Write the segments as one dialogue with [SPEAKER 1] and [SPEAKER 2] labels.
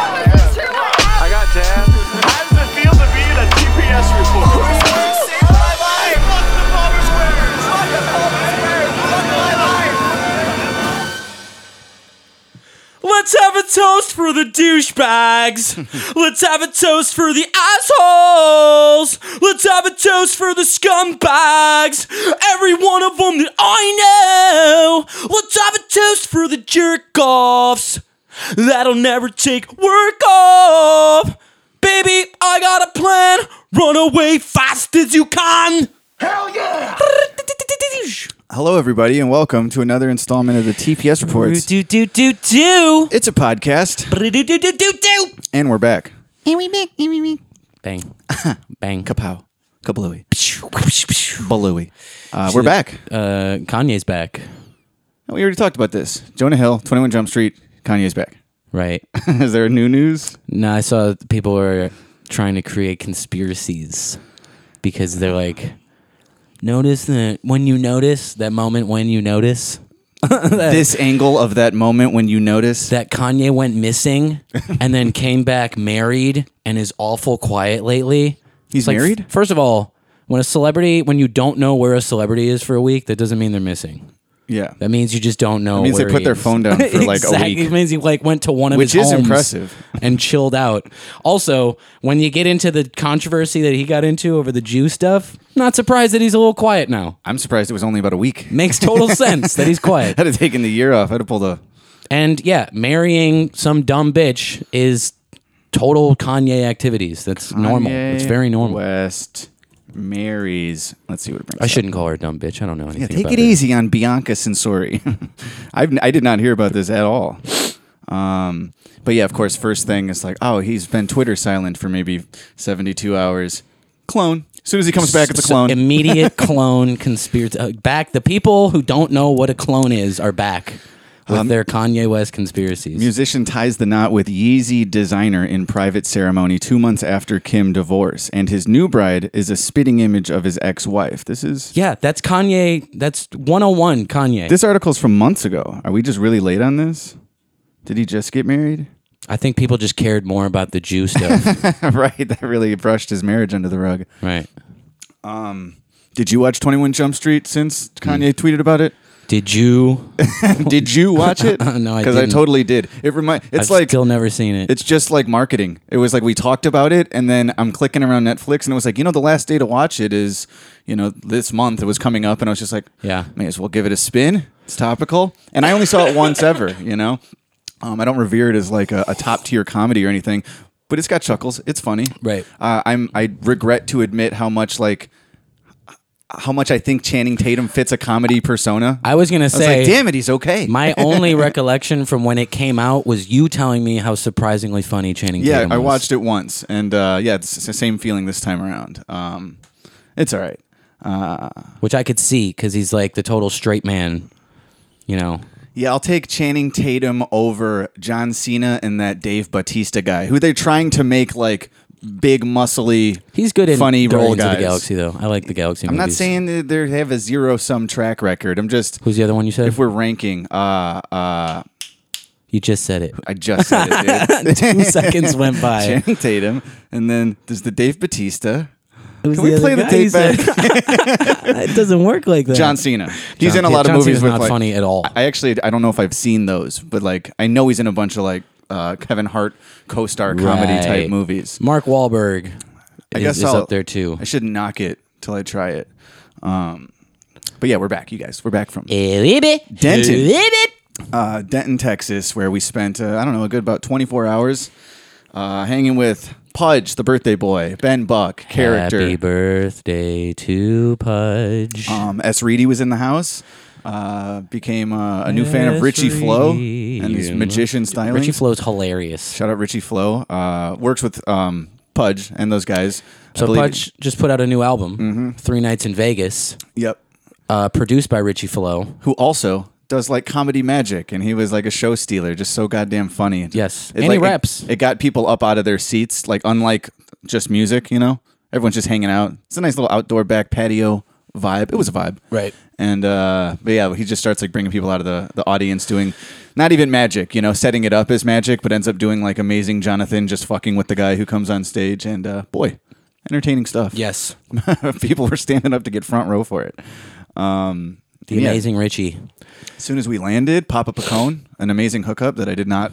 [SPEAKER 1] I got dad.
[SPEAKER 2] How does it feel to be in a GPS report?
[SPEAKER 3] Let's have a toast for the douchebags. Let's have a toast for the assholes. Let's have a toast for the scumbags. Every one of them that I know. Let's have a toast for the jerk offs. That'll never take work off. Baby, I got a plan. Run away fast as you can. Hell yeah!
[SPEAKER 4] Hello, everybody, and welcome to another installment of the TPS Reports.
[SPEAKER 3] Do do do do.
[SPEAKER 4] It's a podcast,
[SPEAKER 3] Do do do do do.
[SPEAKER 4] and we're back.
[SPEAKER 3] Bang. Bang.
[SPEAKER 4] Kapow. Kablooey. Balooey. Uh, we're back.
[SPEAKER 3] Uh, Kanye's back,
[SPEAKER 4] We already talked about this. Jonah Hill, 21 Jump Street, Kanye's back.
[SPEAKER 3] right?
[SPEAKER 4] Is there new news?
[SPEAKER 3] now I saw people were trying to create conspiracies because they're like, notice that when you notice that moment when you notice
[SPEAKER 4] this angle of that moment when you notice
[SPEAKER 3] that Kanye went missing and then came back married and is awful quiet lately.
[SPEAKER 4] He's
[SPEAKER 3] It's like,
[SPEAKER 4] married?
[SPEAKER 3] f- first of all, when a celebrity, when you don't know where a celebrity is for a week, that doesn't mean they're missing.
[SPEAKER 4] yeah.
[SPEAKER 3] That means you just don't know.
[SPEAKER 4] means they
[SPEAKER 3] where
[SPEAKER 4] put
[SPEAKER 3] he
[SPEAKER 4] their
[SPEAKER 3] is.
[SPEAKER 4] phone down for, like, a
[SPEAKER 3] exactly.
[SPEAKER 4] week.
[SPEAKER 3] It means he like went to one of
[SPEAKER 4] Which
[SPEAKER 3] his
[SPEAKER 4] is
[SPEAKER 3] homes
[SPEAKER 4] impressive.
[SPEAKER 3] and chilled out. Also, when you get into the controversy that he got into over the Jew stuff, not surprised that he's a little quiet now.
[SPEAKER 4] I'm surprised it was only about a week.
[SPEAKER 3] Makes total sense that he's quiet.
[SPEAKER 4] I'd have taken the year off. I'd have pulled a.
[SPEAKER 3] And yeah, marrying some dumb bitch is total Kanye activities. That's normal.
[SPEAKER 4] Kanye
[SPEAKER 3] It's very normal.
[SPEAKER 4] West Mary's. Let's see what it brings.
[SPEAKER 3] I
[SPEAKER 4] up.
[SPEAKER 3] shouldn't call her a dumb bitch. I don't know anything.
[SPEAKER 4] Yeah, take
[SPEAKER 3] about
[SPEAKER 4] it easy on Bianca Sensori. I've, I did not hear about this at all. Um, but yeah, of course, first thing is like, oh, he's been Twitter silent for maybe 72 hours. Clone. As soon as he comes back, it's a
[SPEAKER 3] So
[SPEAKER 4] clone.
[SPEAKER 3] immediate clone conspiracy. Uh, back. The people who don't know what a clone is are back with
[SPEAKER 4] Um,
[SPEAKER 3] their Kanye West conspiracies.
[SPEAKER 4] Musician ties the knot with Yeezy designer in private ceremony two months after Kim divorce, and his new bride is a spitting image of his ex-wife. This is
[SPEAKER 3] Yeah, that's Kanye. That's 101 Kanye.
[SPEAKER 4] this article's from months ago. Are we just really late on this? Did he just get married?
[SPEAKER 3] I think people just cared more about the Jew stuff.
[SPEAKER 4] right, that really brushed his marriage under the rug.
[SPEAKER 3] right.
[SPEAKER 4] Did you watch 21 Jump Street since
[SPEAKER 3] Mm.
[SPEAKER 4] Kanye tweeted about it?
[SPEAKER 3] Did you?
[SPEAKER 4] Did you watch it?
[SPEAKER 3] No, I
[SPEAKER 4] Because I
[SPEAKER 3] didn't.
[SPEAKER 4] totally did. It remind. It's
[SPEAKER 3] I've
[SPEAKER 4] like
[SPEAKER 3] still never seen it.
[SPEAKER 4] it's just like marketing. It was like we talked about it, and then I'm clicking around Netflix, and it was like you know the last day to watch it is you know this month. It was coming up, and I was just like,
[SPEAKER 3] Yeah.
[SPEAKER 4] may as well give it a spin. It's topical, and I only saw it once ever. You know, um, I don't revere it as like a, a top tier comedy or anything, but it's got chuckles. It's funny.
[SPEAKER 3] Right.
[SPEAKER 4] Uh, I'm. I regret to admit how much like. How much I think Channing Tatum fits a comedy persona.
[SPEAKER 3] I was gonna
[SPEAKER 4] I was
[SPEAKER 3] say.
[SPEAKER 4] like, damn it, he's okay.
[SPEAKER 3] My only recollection from when it came out was you telling me how surprisingly funny Channing
[SPEAKER 4] yeah,
[SPEAKER 3] Tatum
[SPEAKER 4] I
[SPEAKER 3] was.
[SPEAKER 4] watched it once, and uh, yeah, it's the same feeling this time around. Um, it's all right.
[SPEAKER 3] which I could see because he's like the total straight man, you know.
[SPEAKER 4] Yeah, I'll take Channing Tatum over John Cena and that Dave Batista guy, who they're trying to make like big, muscly.
[SPEAKER 3] He's good in
[SPEAKER 4] funny role
[SPEAKER 3] Guardians of
[SPEAKER 4] guys.
[SPEAKER 3] the Galaxy though. I like the Galaxy.
[SPEAKER 4] I'm not saying that they have a zero sum track record. I'm just
[SPEAKER 3] who's the other one you said.
[SPEAKER 4] if we're ranking. Uh, uh,
[SPEAKER 3] you just said it.
[SPEAKER 4] I just said it, dude.
[SPEAKER 3] Two seconds went by.
[SPEAKER 4] Channing Tatum, and then there's the Dave Batista.
[SPEAKER 3] Who's
[SPEAKER 4] Can we
[SPEAKER 3] other
[SPEAKER 4] play the
[SPEAKER 3] guy
[SPEAKER 4] tape
[SPEAKER 3] you said?
[SPEAKER 4] back?
[SPEAKER 3] it doesn't work like that.
[SPEAKER 4] John Cena. He's
[SPEAKER 3] John-
[SPEAKER 4] in a lot
[SPEAKER 3] John
[SPEAKER 4] of movies
[SPEAKER 3] Cena's
[SPEAKER 4] with
[SPEAKER 3] not
[SPEAKER 4] like,
[SPEAKER 3] funny at all.
[SPEAKER 4] I actually I don't know if I've seen those, but like I know he's in a bunch of like uh, Kevin Hart co-star comedy type
[SPEAKER 3] Right.
[SPEAKER 4] movies.
[SPEAKER 3] Mark Wahlberg
[SPEAKER 4] I
[SPEAKER 3] is,
[SPEAKER 4] guess
[SPEAKER 3] is
[SPEAKER 4] I'll-
[SPEAKER 3] up there too.
[SPEAKER 4] I shouldn't knock it till I try it. Um, but yeah, we're back, you guys. We're back from Denton. uh, Denton, Texas, where we spent uh, I don't know a good about 24 hours uh, hanging with Pudge, the birthday boy, Ben Buck, character.
[SPEAKER 3] Happy birthday to Pudge.
[SPEAKER 4] Um, S. Reedy was in the house. Uh, became uh, a new fan of
[SPEAKER 3] S.
[SPEAKER 4] Richie Flo
[SPEAKER 3] Reedy.
[SPEAKER 4] and his magician styling.
[SPEAKER 3] Richie Flo's hilarious.
[SPEAKER 4] Shout out Richie Flo. Uh, works with um, Pudge and those guys. I
[SPEAKER 3] So
[SPEAKER 4] believe- Mm-hmm.
[SPEAKER 3] Pudge just put out a new album, Three Nights in Vegas,
[SPEAKER 4] Yep.
[SPEAKER 3] uh, produced by Richie Flo.
[SPEAKER 4] Who also does like comedy magic, and he was like a show stealer, just so goddamn funny. And
[SPEAKER 3] Yes.
[SPEAKER 4] it,
[SPEAKER 3] And he
[SPEAKER 4] like, it-
[SPEAKER 3] raps.
[SPEAKER 4] It, got people up out of their seats, like unlike just music, you know. Everyone's just hanging out. It's a nice little outdoor back patio vibe. It was a vibe,
[SPEAKER 3] Right.
[SPEAKER 4] And uh, but yeah, he just starts like bringing people out of the the audience, doing not even magic, you know, setting it up as magic, but ends up doing like amazing Jonathan, just fucking with the guy who comes on stage, and uh, boy, entertaining stuff.
[SPEAKER 3] Yes.
[SPEAKER 4] people were standing up to get front row for it. Um,
[SPEAKER 3] The
[SPEAKER 4] yeah.
[SPEAKER 3] amazing Richie.
[SPEAKER 4] As soon as we landed, Papa Pacone, an amazing hookup that I did not.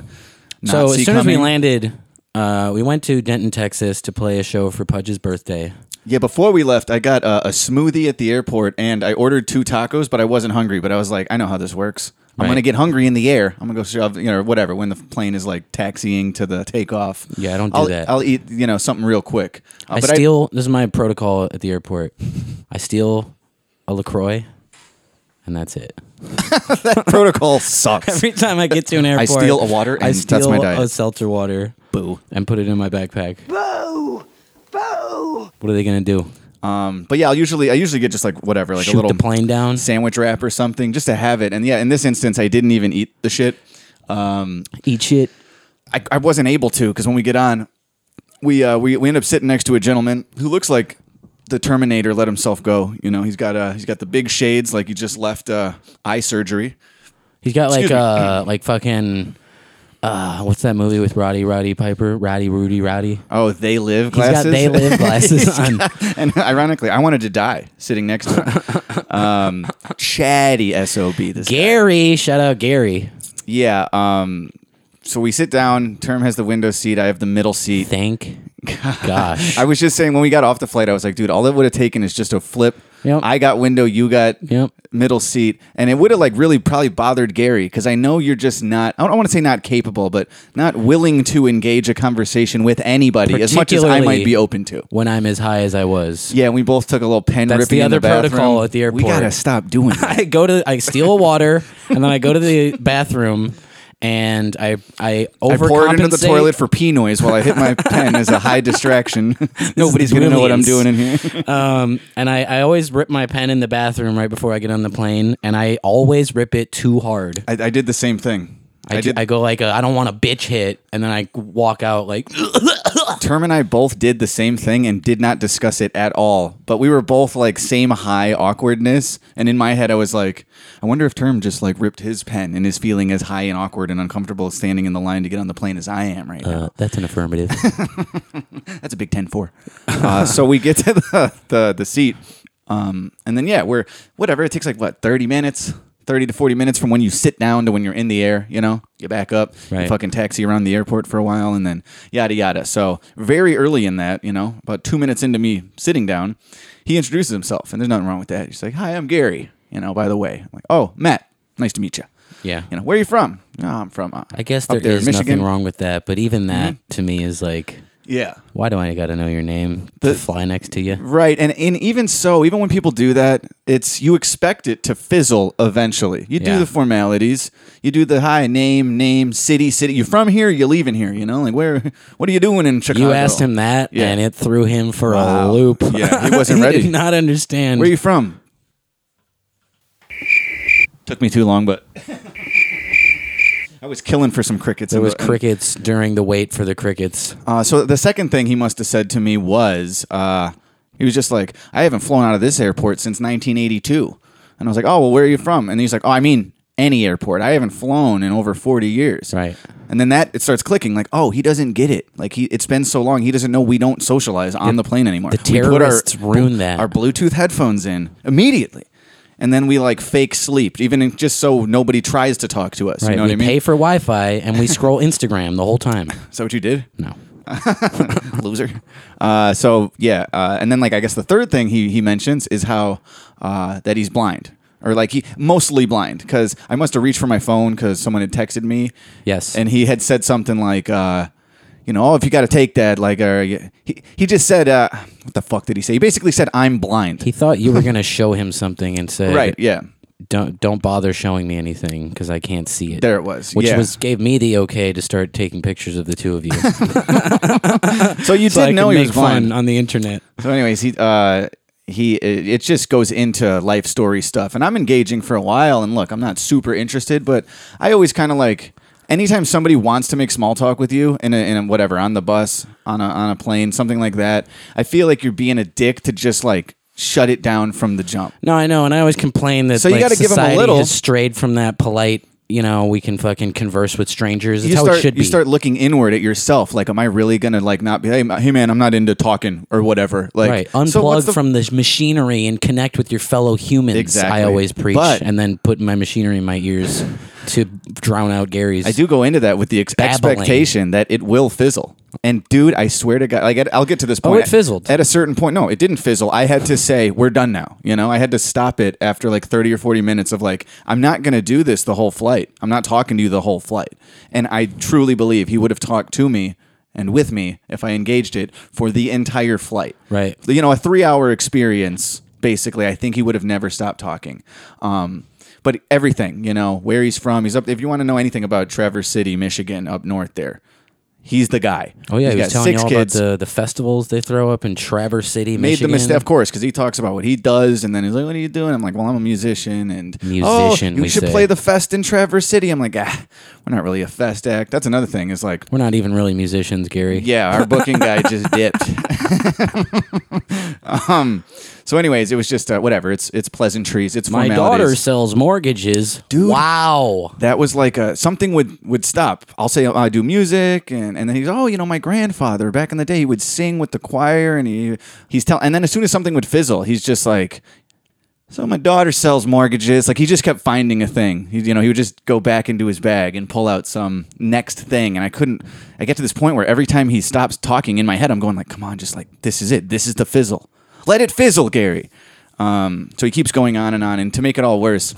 [SPEAKER 4] not
[SPEAKER 3] So
[SPEAKER 4] see
[SPEAKER 3] as soon as
[SPEAKER 4] coming.
[SPEAKER 3] we landed, uh, we went to Denton, Texas, to play a show for Pudge's birthday.
[SPEAKER 4] yeah, before we left, I got a, a smoothie at the airport and I ordered two tacos, but I wasn't hungry. But I was like, I know how this works. I'm
[SPEAKER 3] Right.
[SPEAKER 4] gonna get hungry in the air. I'm gonna go shove, you know, whatever. When the plane is like taxiing to the takeoff.
[SPEAKER 3] Yeah, don't do
[SPEAKER 4] I'll-
[SPEAKER 3] that.
[SPEAKER 4] I'll eat, you know, something real quick. Uh,
[SPEAKER 3] I steal. this is my protocol at the airport. I steal a Lacroix, and that's it.
[SPEAKER 4] protocol sucks.
[SPEAKER 3] Every time I get to an airport,
[SPEAKER 4] steal a water
[SPEAKER 3] I
[SPEAKER 4] and that's my
[SPEAKER 3] steal
[SPEAKER 4] diet.
[SPEAKER 3] a seltzer water. Boo! And put it in my backpack.
[SPEAKER 5] Boo! Boo!
[SPEAKER 3] What are they gonna do?
[SPEAKER 4] Um, but yeah, I'll usually I usually get just like whatever, like
[SPEAKER 3] Shoot
[SPEAKER 4] a little
[SPEAKER 3] the plane down?
[SPEAKER 4] sandwich wrap or something, just to have it. And yeah, in this instance, I didn't even eat the shit. Um,
[SPEAKER 3] Eat shit.
[SPEAKER 4] I, I wasn't able to because when we get on, we uh, we we end up sitting next to a gentleman who looks like the Terminator let himself go. You know, he's got uh he's got the big shades like he just left uh, eye surgery.
[SPEAKER 3] He's got like
[SPEAKER 4] Excuse me.
[SPEAKER 3] uh like fucking uh what's that movie with Roddy Roddy Piper Roddy Rudy Roddy.
[SPEAKER 4] Oh, they live
[SPEAKER 3] He's
[SPEAKER 4] glasses.
[SPEAKER 3] got they live glasses on.
[SPEAKER 4] and ironically, I wanted to die sitting next to him. um, chatty sob. This guy.
[SPEAKER 3] Gary, shout out Gary.
[SPEAKER 4] Yeah. Um, so we sit down. Term has the window seat. I have the middle seat.
[SPEAKER 3] Thank gosh.
[SPEAKER 4] I was just saying when we got off the flight, I was like, dude, all it would have taken is just a flip.
[SPEAKER 3] Yep.
[SPEAKER 4] I got window, you got
[SPEAKER 3] Yep.
[SPEAKER 4] middle seat, and it would have like really probably bothered Gary because I know you're just not. I don't want to say not capable, but not willing to engage a conversation with anybody as much as I
[SPEAKER 3] Particularly-
[SPEAKER 4] might be open to.
[SPEAKER 3] when I'm as high as I was.
[SPEAKER 4] Yeah, we both took a little pen
[SPEAKER 3] That's
[SPEAKER 4] ripping
[SPEAKER 3] the
[SPEAKER 4] in
[SPEAKER 3] other
[SPEAKER 4] bathroom.
[SPEAKER 3] protocol at the airport.
[SPEAKER 4] We gotta stop doing that.
[SPEAKER 3] I go to I steal a water and then I go to the bathroom and I I
[SPEAKER 4] I
[SPEAKER 3] overcompensate.
[SPEAKER 4] pour it into the toilet for pee noise while I hit my pen as a high distraction. Nobody's gonna know what I'm doing in
[SPEAKER 3] brilliance.
[SPEAKER 4] here.
[SPEAKER 3] um, and I, I always rip my pen in the bathroom right before I get on the plane, and I always rip it too hard.
[SPEAKER 4] I, I did the same thing.
[SPEAKER 3] I, do-
[SPEAKER 4] did.
[SPEAKER 3] I go like I I don't want a bitch hit, and then I walk out like
[SPEAKER 4] Term and I both did the same thing and did not discuss it at all. But we were both like same high awkwardness. And in my head, I was like, I wonder if Term just like ripped his pen and is feeling as high and awkward and uncomfortable standing in the line to get on the plane as I am right now.
[SPEAKER 3] uh, that's an affirmative.
[SPEAKER 4] That's a big 10 4. uh, so we get to the, the, the seat. Um, and then, yeah, we're whatever. It takes like what, 30 minutes? 30 to 40 minutes from when you sit down to when you're in the air, you know, you back up,
[SPEAKER 3] Right.
[SPEAKER 4] you fucking taxi around the airport for a while, and then yada yada. So, very early in that, you know, about two minutes into me sitting down, he introduces himself, and there's nothing wrong with that. He's like, Hi, I'm Gary, you know, by the way. I'm like, oh, Matt, nice to meet you.
[SPEAKER 3] Yeah.
[SPEAKER 4] You know, where are you from? "Oh, I'm from, uh,
[SPEAKER 3] I guess there
[SPEAKER 4] up
[SPEAKER 3] is
[SPEAKER 4] there in Michigan. Mm-hmm.
[SPEAKER 3] nothing wrong with that, but even that to me is like,
[SPEAKER 4] Yeah.
[SPEAKER 3] why do I got to know your name to
[SPEAKER 4] The-
[SPEAKER 3] fly next to you?
[SPEAKER 4] Right, and and even so, even when people do that, it's you expect it to fizzle eventually. You
[SPEAKER 3] Yeah.
[SPEAKER 4] do the formalities, you do the hi name, name, city, city. You're from here, you're leaving here. You know, like where? What are you doing in Chicago?
[SPEAKER 3] You asked him that,
[SPEAKER 4] Yeah.
[SPEAKER 3] and it threw him for a
[SPEAKER 4] Wow.
[SPEAKER 3] loop.
[SPEAKER 4] Yeah, he wasn't
[SPEAKER 3] He
[SPEAKER 4] ready.
[SPEAKER 3] did not understand.
[SPEAKER 4] Where are you from? Took me too long, but I was killing for some crickets.
[SPEAKER 3] there
[SPEAKER 4] in
[SPEAKER 3] was
[SPEAKER 4] the-
[SPEAKER 3] crickets during the wait for the crickets.
[SPEAKER 4] Uh, so the second thing he must have said to me was, uh, he was just like, I haven't flown out of this airport since 1982. And I was like, oh, well, where are you from? And he's like, oh, I mean, any airport. I haven't flown in over 40 years.
[SPEAKER 3] Right.
[SPEAKER 4] And then that, it starts clicking like, oh, he doesn't get it. Like, he, it's been so long. He doesn't know we don't socialize on the, plane anymore.
[SPEAKER 3] the
[SPEAKER 4] We put our-
[SPEAKER 3] terrorists ruined that.
[SPEAKER 4] Our Bluetooth headphones in immediately. And then we like fake sleep, even in- just so nobody tries to talk to us.
[SPEAKER 3] Right,
[SPEAKER 4] You know
[SPEAKER 3] we
[SPEAKER 4] what I mean?
[SPEAKER 3] pay for Wi-Fi and we scroll Instagram the whole time.
[SPEAKER 4] Is that what you did?
[SPEAKER 3] No,
[SPEAKER 4] loser. Uh, so yeah, uh, and then like I guess the third thing he he mentions is how uh, that he's blind or like he mostly blind because I must have reached for my phone because someone had texted me.
[SPEAKER 3] Yes.
[SPEAKER 4] and he had said something like. Uh, you know, oh, if you got to take that, like, uh, y- he, he just said, uh, what the fuck did he say? He basically said, I'm blind.
[SPEAKER 3] he thought you were gonna show him something and say,
[SPEAKER 4] right, yeah.
[SPEAKER 3] don't don't bother showing me anything because I can't see it."
[SPEAKER 4] There it was,
[SPEAKER 3] which
[SPEAKER 4] yeah.
[SPEAKER 3] was gave me the okay to start taking pictures of the two of you. so
[SPEAKER 4] So you
[SPEAKER 3] I
[SPEAKER 4] did know
[SPEAKER 3] can
[SPEAKER 4] he
[SPEAKER 3] make
[SPEAKER 4] was blind.
[SPEAKER 3] fun on the internet.
[SPEAKER 4] So, anyways, he uh, he it it just goes into life story stuff and i'm engaging for a while and look i'm not super interested but i always kind of like anytime somebody wants to make small talk with you in a, in a whatever on the bus on a, on a plane something like that i feel like you're being a dick to just like shut it down from the jump
[SPEAKER 6] No, I know, and I always complain that
[SPEAKER 4] So you
[SPEAKER 6] like,
[SPEAKER 4] gotta give 'em a
[SPEAKER 6] society
[SPEAKER 4] little.
[SPEAKER 6] has strayed from that polite. You know, we can fucking converse with strangers. That's
[SPEAKER 4] you
[SPEAKER 6] how
[SPEAKER 4] start
[SPEAKER 6] it should
[SPEAKER 4] you
[SPEAKER 6] be.
[SPEAKER 4] start looking inward at yourself like am i really gonna like not be hey, ma- hey man i'm not into talking or whatever like
[SPEAKER 6] right, unplug
[SPEAKER 4] so what's the-
[SPEAKER 6] from the machinery and connect with your fellow humans.
[SPEAKER 4] Exactly.
[SPEAKER 6] I always preach,
[SPEAKER 4] But-
[SPEAKER 6] and then put my machinery in my ears to drown out Gary's.
[SPEAKER 4] I do go into that with the ex-
[SPEAKER 6] Babbling.
[SPEAKER 4] expectation that it will fizzle. And dude, I swear to God, like I'll get to this point.
[SPEAKER 6] Oh, it fizzled.
[SPEAKER 4] At a certain point, no, it didn't fizzle. I had to say, "We're done now." You know, I had to stop it after like thirty or forty minutes of like, "I'm not going to do this the whole flight. I'm not talking to you the whole flight." And I truly believe he would have talked to me and with me if I engaged it for the entire flight.
[SPEAKER 6] Right.
[SPEAKER 4] You know, a three-hour experience. Basically, I think he would have never stopped talking. Um, but everything, you know, where he's from, he's up. If you want to know anything about Traverse City, Michigan, up north there, he's the guy.
[SPEAKER 6] Oh yeah,
[SPEAKER 4] he's
[SPEAKER 6] he was
[SPEAKER 4] got
[SPEAKER 6] telling
[SPEAKER 4] six
[SPEAKER 6] you all
[SPEAKER 4] kids.
[SPEAKER 6] about the, the festivals they throw up in Traverse City,
[SPEAKER 4] made the
[SPEAKER 6] Michigan.
[SPEAKER 4] mistake, of course, because he talks about what he does, and then he's like, "What are you doing?" I'm like, "Well, I'm a musician, and
[SPEAKER 6] Musician,
[SPEAKER 4] Oh, you
[SPEAKER 6] we
[SPEAKER 4] should
[SPEAKER 6] say.
[SPEAKER 4] play the fest in Traverse City." I'm like, "Ah, we're not really a fest act." That's another thing. Is like,
[SPEAKER 6] We're not even really musicians, Gary.
[SPEAKER 4] yeah, our booking guy just dipped. um, so, anyways, it was just uh, whatever. It's it's pleasantries. It's
[SPEAKER 6] My
[SPEAKER 4] formalities.
[SPEAKER 6] daughter sells mortgages.
[SPEAKER 4] Dude.
[SPEAKER 6] Wow.
[SPEAKER 4] that was like a, something would would stop. I'll say "Oh, I do music, and, and then he's oh you know my grandfather back in the day he would sing with the choir, and he he's tell and then as soon as something would fizzle, he's just like, so my daughter sells mortgages. Like he just kept finding a thing. He, you know he would just go back into his bag and pull out some next thing, and I couldn't. I get to this point where every time he stops talking in my head, I'm going like, come on, just like this is it. This is the fizzle. Let it fizzle, Gary. Um, so he keeps going on and on, and to make it all worse.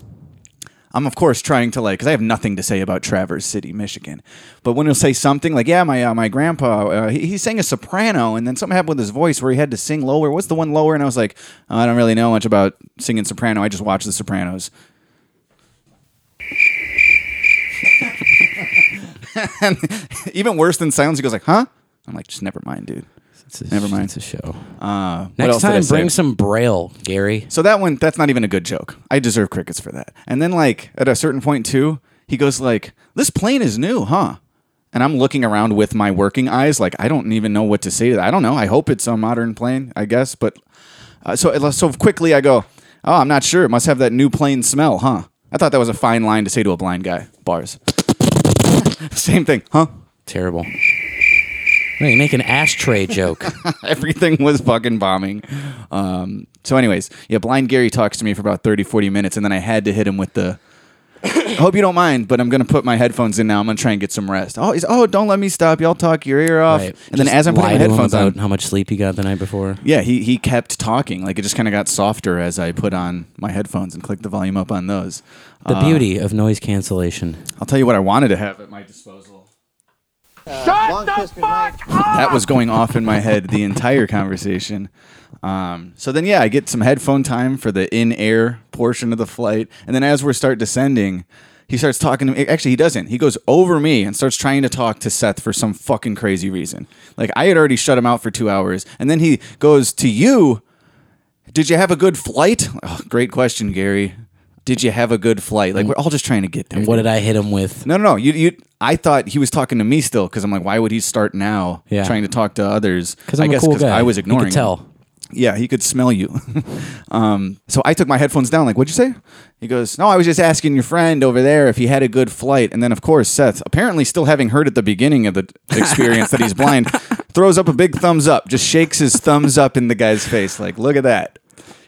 [SPEAKER 4] I'm of course trying to like because I have nothing to say about Traverse City, Michigan. But when he'll say something like, "Yeah, my uh, my grandpa, uh, he, he sang a soprano, and then something happened with his voice where he had to sing lower. What's the one lower?" And I was like, "Oh, "I don't really know much about singing soprano. I just watch The Sopranos." and even worse than silence, he goes like, "Huh?" I'm like, "Just never mind, dude."
[SPEAKER 6] It's a,
[SPEAKER 4] Never mind.
[SPEAKER 6] It's a show.
[SPEAKER 4] Uh, what
[SPEAKER 6] Next
[SPEAKER 4] else did I
[SPEAKER 6] time,
[SPEAKER 4] say?
[SPEAKER 6] bring some braille, Gary.
[SPEAKER 4] So that one, that's not even a good joke. I deserve crickets for that. And then like at a certain point too, he goes like, "This plane is new, huh?" And I'm looking around with my working eyes, like I don't even know what to say to that. I don't know. I hope it's a modern plane, I guess. But uh, so so quickly, I go, "Oh, I'm not sure. It must have that new plane smell, huh?" I thought that was a fine line to say to a blind guy. Bars. Same thing, huh?
[SPEAKER 6] Terrible. No, you make an ashtray joke.
[SPEAKER 4] everything was fucking bombing. Um, so, anyways, yeah, Blind Gary talks to me for about 30, 40 minutes, and then I had to hit him with the. I hope you don't mind, but I'm gonna put my headphones in now. I'm gonna try and get some rest. Oh, he's, oh, don't let me stop. Y'all talk your ear off.
[SPEAKER 6] Right.
[SPEAKER 4] And then
[SPEAKER 6] Just
[SPEAKER 4] as I'm putting
[SPEAKER 6] lie
[SPEAKER 4] my
[SPEAKER 6] to him
[SPEAKER 4] headphones
[SPEAKER 6] about
[SPEAKER 4] on,
[SPEAKER 6] how much sleep you got the night before.
[SPEAKER 4] yeah, he he kept talking. Like it just kind of got softer as I put on my headphones and clicked the volume up on those.
[SPEAKER 6] The
[SPEAKER 4] Uh,
[SPEAKER 6] beauty of noise cancellation.
[SPEAKER 4] I'll tell you what I wanted to have at my disposal. That was going off in my head the entire conversation. Um, so then, yeah, I get some headphone time for the in-air portion of the flight, and then as we start descending, he starts talking to me. Actually, he doesn't. He goes over me and starts trying to talk to Seth for some fucking crazy reason. Like I had already shut him out for two hours, and then he goes to you. Did you have a good flight? Oh, great question, Gary. Did you have a good flight? Like we're all just trying to get there.
[SPEAKER 6] What did I hit him with?
[SPEAKER 4] No, no, no. You, you. I thought he was talking to me still because I'm like, why would he start now?
[SPEAKER 6] Yeah.
[SPEAKER 4] Trying to talk to others.
[SPEAKER 6] Because I'm
[SPEAKER 4] I
[SPEAKER 6] a
[SPEAKER 4] guess
[SPEAKER 6] cool guy.
[SPEAKER 4] I was
[SPEAKER 6] You could
[SPEAKER 4] ignoring. him.
[SPEAKER 6] tell.
[SPEAKER 4] Yeah, he could smell you. um, so I took my headphones down. Like, what'd you say? He goes, No, I was just asking your friend over there if he had a good flight. And then, of course, Seth, apparently still having heard at the beginning of the experience that he's blind, throws up a big thumbs up, just shakes his thumbs up in the guy's face. Like, look at that.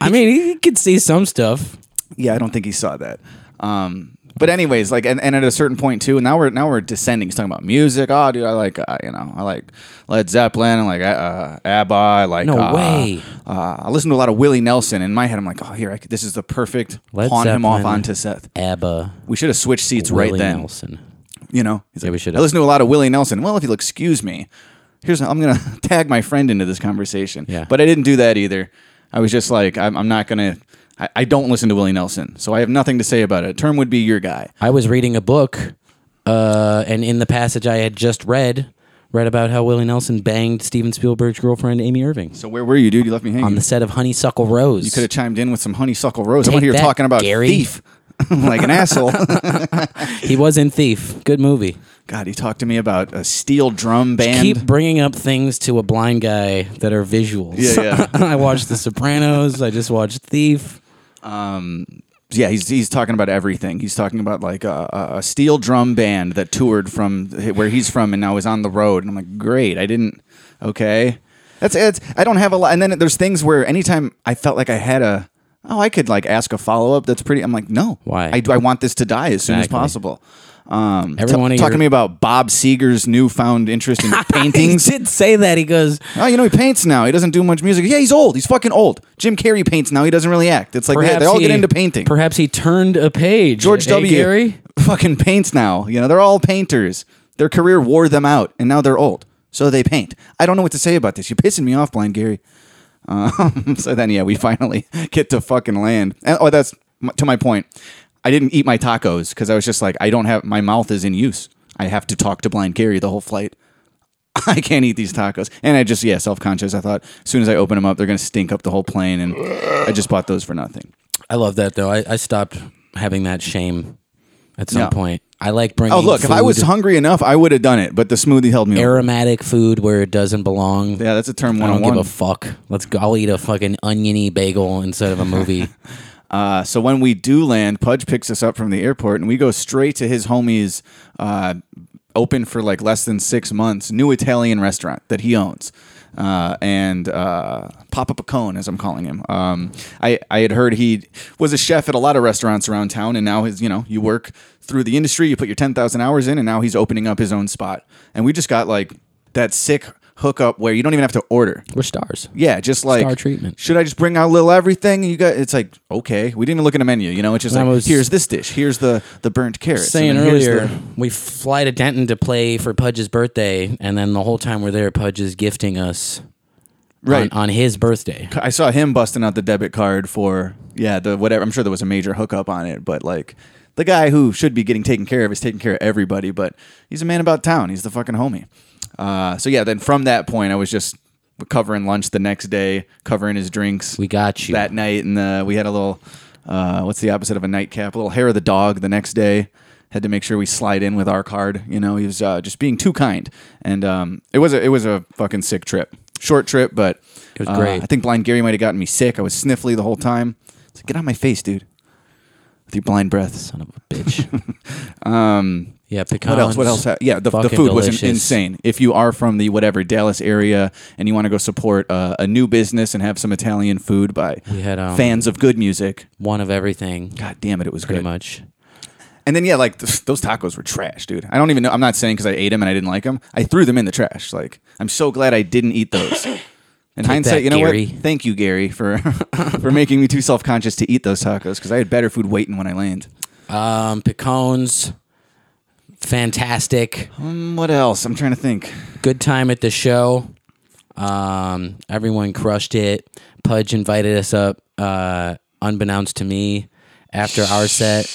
[SPEAKER 6] I mean, he could see some stuff.
[SPEAKER 4] Yeah, I don't think he saw that. Um, but anyways, like, and, and at a certain point too, now we're now we're descending. He's talking about music. Oh, dude, I like uh, you know, I like Led Zeppelin. I like uh, uh, ABBA. I like
[SPEAKER 6] No
[SPEAKER 4] uh,
[SPEAKER 6] way.
[SPEAKER 4] Uh, I listen to a lot of Willie Nelson. In my head, I'm like, oh, here, I could, this is the perfect
[SPEAKER 6] Led
[SPEAKER 4] pawn him off
[SPEAKER 6] Zeppelin.
[SPEAKER 4] onto Seth.
[SPEAKER 6] ABBA.
[SPEAKER 4] We should have switched seats right
[SPEAKER 6] Willie
[SPEAKER 4] then.
[SPEAKER 6] Nelson.
[SPEAKER 4] You know, He's
[SPEAKER 6] Yeah,
[SPEAKER 4] like,
[SPEAKER 6] we should
[SPEAKER 4] I
[SPEAKER 6] have.
[SPEAKER 4] listen to a lot of Willie Nelson. Well, if you'll excuse me, here's I'm gonna tag my friend into this conversation.
[SPEAKER 6] Yeah.
[SPEAKER 4] But I didn't do that either. I was just like, I'm, I'm not gonna. I, I don't listen to Willie Nelson, so I have nothing to say about it. Term would be your guy.
[SPEAKER 6] I was reading a book, uh, and in the passage I had just read,
[SPEAKER 3] Read about how Willie Nelson banged Steven Spielberg's girlfriend Amy Irving
[SPEAKER 4] So where were you, dude? You left me hanging.
[SPEAKER 3] on the set of Honeysuckle Rose.
[SPEAKER 4] you could have chimed in with some honeysuckle rose. I want to
[SPEAKER 3] Take
[SPEAKER 4] hear
[SPEAKER 3] that,
[SPEAKER 4] talking about
[SPEAKER 3] Gary.
[SPEAKER 4] thief, like an asshole.
[SPEAKER 3] he was in Thief. Good movie.
[SPEAKER 4] God, he talked to me about a steel drum band.
[SPEAKER 3] Keep bringing up things to a blind guy that are visuals.
[SPEAKER 4] Yeah, yeah.
[SPEAKER 3] I watched The Sopranos. I just watched Thief.
[SPEAKER 4] yeah, he's he's talking about everything. He's talking about like a, a- a steel drum band that toured from where he's from and now is on the road. And I'm like, great. I didn't. Okay, that's it's. I don't have a lot. And then there's things where anytime I felt like I had a oh, I could like ask a follow up. That's pretty. I'm like, no.
[SPEAKER 3] Why?
[SPEAKER 4] I do. I want this to die as soon as
[SPEAKER 3] Exactly.
[SPEAKER 4] possible. Um,
[SPEAKER 3] Every
[SPEAKER 4] t-
[SPEAKER 3] one of your-
[SPEAKER 4] talking to me about Bob Seger's newfound interest in paintings.
[SPEAKER 3] He did say that. He goes,
[SPEAKER 4] Oh, you know, he paints now. He doesn't do much music. Yeah, he's old. He's fucking old. Jim Carrey paints now. He doesn't really act. It's like they,
[SPEAKER 3] perhaps
[SPEAKER 4] they all get
[SPEAKER 3] he-
[SPEAKER 4] into painting.
[SPEAKER 3] Perhaps he turned a page.
[SPEAKER 4] George
[SPEAKER 3] Hey,
[SPEAKER 4] W.
[SPEAKER 3] Gary?
[SPEAKER 4] fucking paints now. You know, they're all painters. Their career wore them out, and now they're old. So they paint. I don't know what to say about this. You're pissing me off, Blind Gary. Um, so then, yeah, we finally get to fucking land. And, oh, that's m- to my point. I didn't eat my tacos because I was just like, I don't have my mouth is in use. I have to talk to Blind Gary the whole flight. I can't eat these tacos. And I just, yeah, self conscious. I thought as soon as I open them up, they're going to stink up the whole plane. And I just bought those for nothing.
[SPEAKER 3] I love that though. I, I stopped having that shame at some
[SPEAKER 4] Yeah.
[SPEAKER 3] point. I like bringing.
[SPEAKER 4] Oh, look, if I
[SPEAKER 3] food-
[SPEAKER 4] was hungry enough, I would have done it, but the smoothie held me over.
[SPEAKER 3] aromatic food where it doesn't belong.
[SPEAKER 4] Yeah, that's a term
[SPEAKER 3] I don't
[SPEAKER 4] 101.
[SPEAKER 3] give a fuck. Let's go. I'll eat a fucking oniony bagel instead of a movie.
[SPEAKER 4] uh, so when we do land, Pudge picks us up from the airport and we go straight to his homie's uh, open for like less than six months new Italian restaurant that he owns. Uh, and uh, Papa Picone, as I'm calling him. Um, I, I had heard he was a chef at a lot of restaurants around town, and now his, you know, you work through the industry, you put your 10,000 hours in, and now he's opening up his own spot. And we just got like that sick hookup where you don't even have to order.
[SPEAKER 3] We're stars.
[SPEAKER 4] Yeah, just like
[SPEAKER 3] Star treatment.
[SPEAKER 4] Should I just bring out little everything? And you got it's like okay, we didn't even look at a menu. You know, it's just
[SPEAKER 3] I
[SPEAKER 4] like
[SPEAKER 3] was
[SPEAKER 4] here's this dish, here's the the burnt carrots. and
[SPEAKER 3] Saying
[SPEAKER 4] then here's
[SPEAKER 3] earlier,
[SPEAKER 4] the-
[SPEAKER 3] we fly to Denton to play for Pudge's birthday, and then the whole time we're there, Pudge is gifting us
[SPEAKER 4] right?
[SPEAKER 3] on, on his birthday.
[SPEAKER 4] I saw him busting out the debit card for yeah the whatever. I'm sure there was a major hookup on it, but like the guy who should be getting taken care of is taking care of everybody. But he's a man about town. He's the fucking homie. Uh, so yeah, then from that point, I was just covering lunch the next day, covering his drinks.
[SPEAKER 3] We got you.
[SPEAKER 4] that night, and uh, we had a little uh, what's the opposite of a nightcap? A little hair of the dog the next day. Had to make sure we slide in with our card. You know, he was uh, just being too kind, and um, it was a, it was a fucking sick trip. Short trip, but
[SPEAKER 3] It was
[SPEAKER 4] uh,
[SPEAKER 3] great.
[SPEAKER 4] I think Blind Gary might have gotten me sick. I was sniffly the whole time. It's like, get on my face, dude, with your blind breaths.
[SPEAKER 3] Son of a bitch. um. Yeah. Pecans,
[SPEAKER 4] Um, What else? What else? ha- Yeah, the, the
[SPEAKER 3] fucking
[SPEAKER 4] food was
[SPEAKER 3] delicious.
[SPEAKER 4] in- insane. If you are from the whatever Dallas area and you want to go support uh, a new business and have some Italian food by
[SPEAKER 3] We had, um,
[SPEAKER 4] fans of good music,
[SPEAKER 3] One of everything.
[SPEAKER 4] God damn it, it was
[SPEAKER 3] Pretty
[SPEAKER 4] good.
[SPEAKER 3] much.
[SPEAKER 4] And then yeah, like th- those tacos were trash, dude. I don't even know. I'm not saying because I ate them and I didn't like them. I threw them in the trash. Like I'm so glad I didn't eat those. In hindsight,
[SPEAKER 3] that,
[SPEAKER 4] you know
[SPEAKER 3] Gary.
[SPEAKER 4] what? Thank you, Gary, for for making me too self conscious to eat those tacos because I had better food waiting when I land.
[SPEAKER 3] Um. Picones. Fantastic.
[SPEAKER 4] Mm, what else? I'm trying to think.
[SPEAKER 3] good time at the show. Um, everyone crushed it. Pudge invited us up, uh, unbeknownst to me, after our set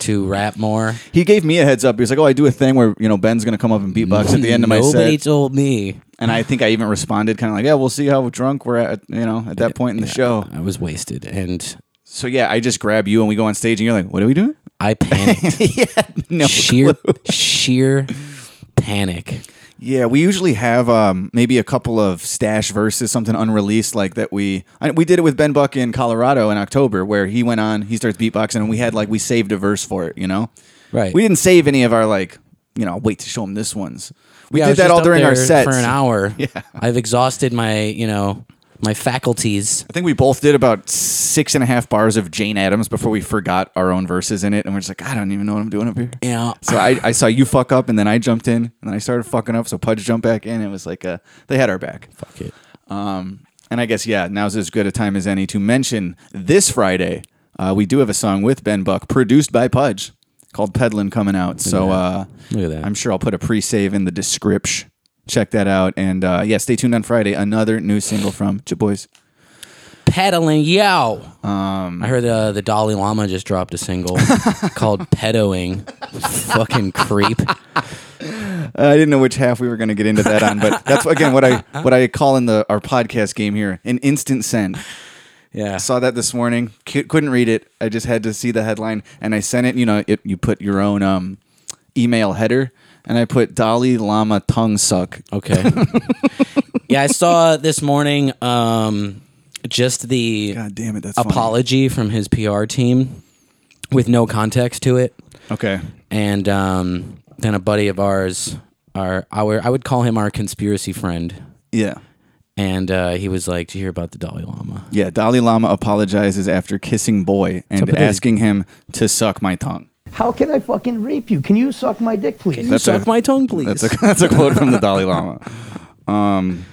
[SPEAKER 3] to rap more.
[SPEAKER 4] He gave me a heads up. He was like, "Oh, I do a thing where you know Ben's gonna come up and beatbox at the end of my
[SPEAKER 3] Nobody
[SPEAKER 4] set,"
[SPEAKER 3] told me.
[SPEAKER 4] and I think I even responded kind of like, "Yeah, we'll see how drunk we're at," you know, at that point in the show.
[SPEAKER 3] I was wasted and
[SPEAKER 4] So yeah, I just grab you and we go on stage, and you're like, "What are we doing?"
[SPEAKER 3] I panicked.
[SPEAKER 4] yeah, no
[SPEAKER 3] sheer, sheer panic.
[SPEAKER 4] Yeah, we usually have um, maybe a couple of stash verses, something unreleased like that. We I, we did it with Ben Buck in Colorado in October, where he went on, he starts beatboxing, and we had like we saved a verse for it. You know,
[SPEAKER 3] Right.
[SPEAKER 4] We didn't save any of our like, you know, wait to show him this ones. We
[SPEAKER 3] Yeah, I
[SPEAKER 4] did
[SPEAKER 3] was
[SPEAKER 4] that
[SPEAKER 3] just
[SPEAKER 4] all
[SPEAKER 3] up
[SPEAKER 4] during our
[SPEAKER 3] there
[SPEAKER 4] sets.
[SPEAKER 3] for an hour.
[SPEAKER 4] Yeah.
[SPEAKER 3] I've exhausted my, you know, my faculties.
[SPEAKER 4] I think we both did about six and a half bars of Jane Addams before we forgot our own verses in it, and we're just like, I don't even know what I'm doing up here.
[SPEAKER 3] You know,
[SPEAKER 4] So I, I saw you fuck up, and then I jumped in, and then I started fucking up. So Pudge jumped back in. It was like uh, they had our back.
[SPEAKER 3] fuck it.
[SPEAKER 4] And I guess, yeah, now's as good a time as any to mention this Friday. Uh, we do have a song with Ben Buck produced by Pudge called Peddlin' Coming Out. So uh,
[SPEAKER 3] Look at that.
[SPEAKER 4] I'm sure I'll put a pre save in the description. Check that out. And uh, yeah, stay tuned on Friday. Another new single from Ja Boys.
[SPEAKER 3] pedaling yo um i heard uh, the dalai lama just dropped a single called pedoing fucking creep
[SPEAKER 4] Uh, I didn't know which half we were going to get into that on, but that's again what I what I call in the our podcast game here an instant send.
[SPEAKER 3] Yeah.
[SPEAKER 4] Saw that this morning, C- couldn't read it. I just had to see the headline, and I sent it. You know, it, you put your own um, email header, and I put Dalai Lama tongue suck.
[SPEAKER 3] Okay. yeah, I saw this morning um, just the
[SPEAKER 4] God damn it, that's funny.
[SPEAKER 3] apology from his PR team with no context to it.
[SPEAKER 4] Okay,
[SPEAKER 3] And um, then a buddy of ours, our, our I would call him our conspiracy friend.
[SPEAKER 4] yeah,
[SPEAKER 3] And uh, he was like, "Did you hear about the Dalai Lama?"
[SPEAKER 4] yeah. Dalai Lama apologizes after kissing boy and
[SPEAKER 3] up with his-
[SPEAKER 4] asking him to suck my tongue.
[SPEAKER 2] How can I fucking rape you? Can you suck my dick, please?
[SPEAKER 3] You
[SPEAKER 4] That's a-
[SPEAKER 3] suck my tongue, please.
[SPEAKER 4] That's a that's a quote from the Dalai Lama. Um,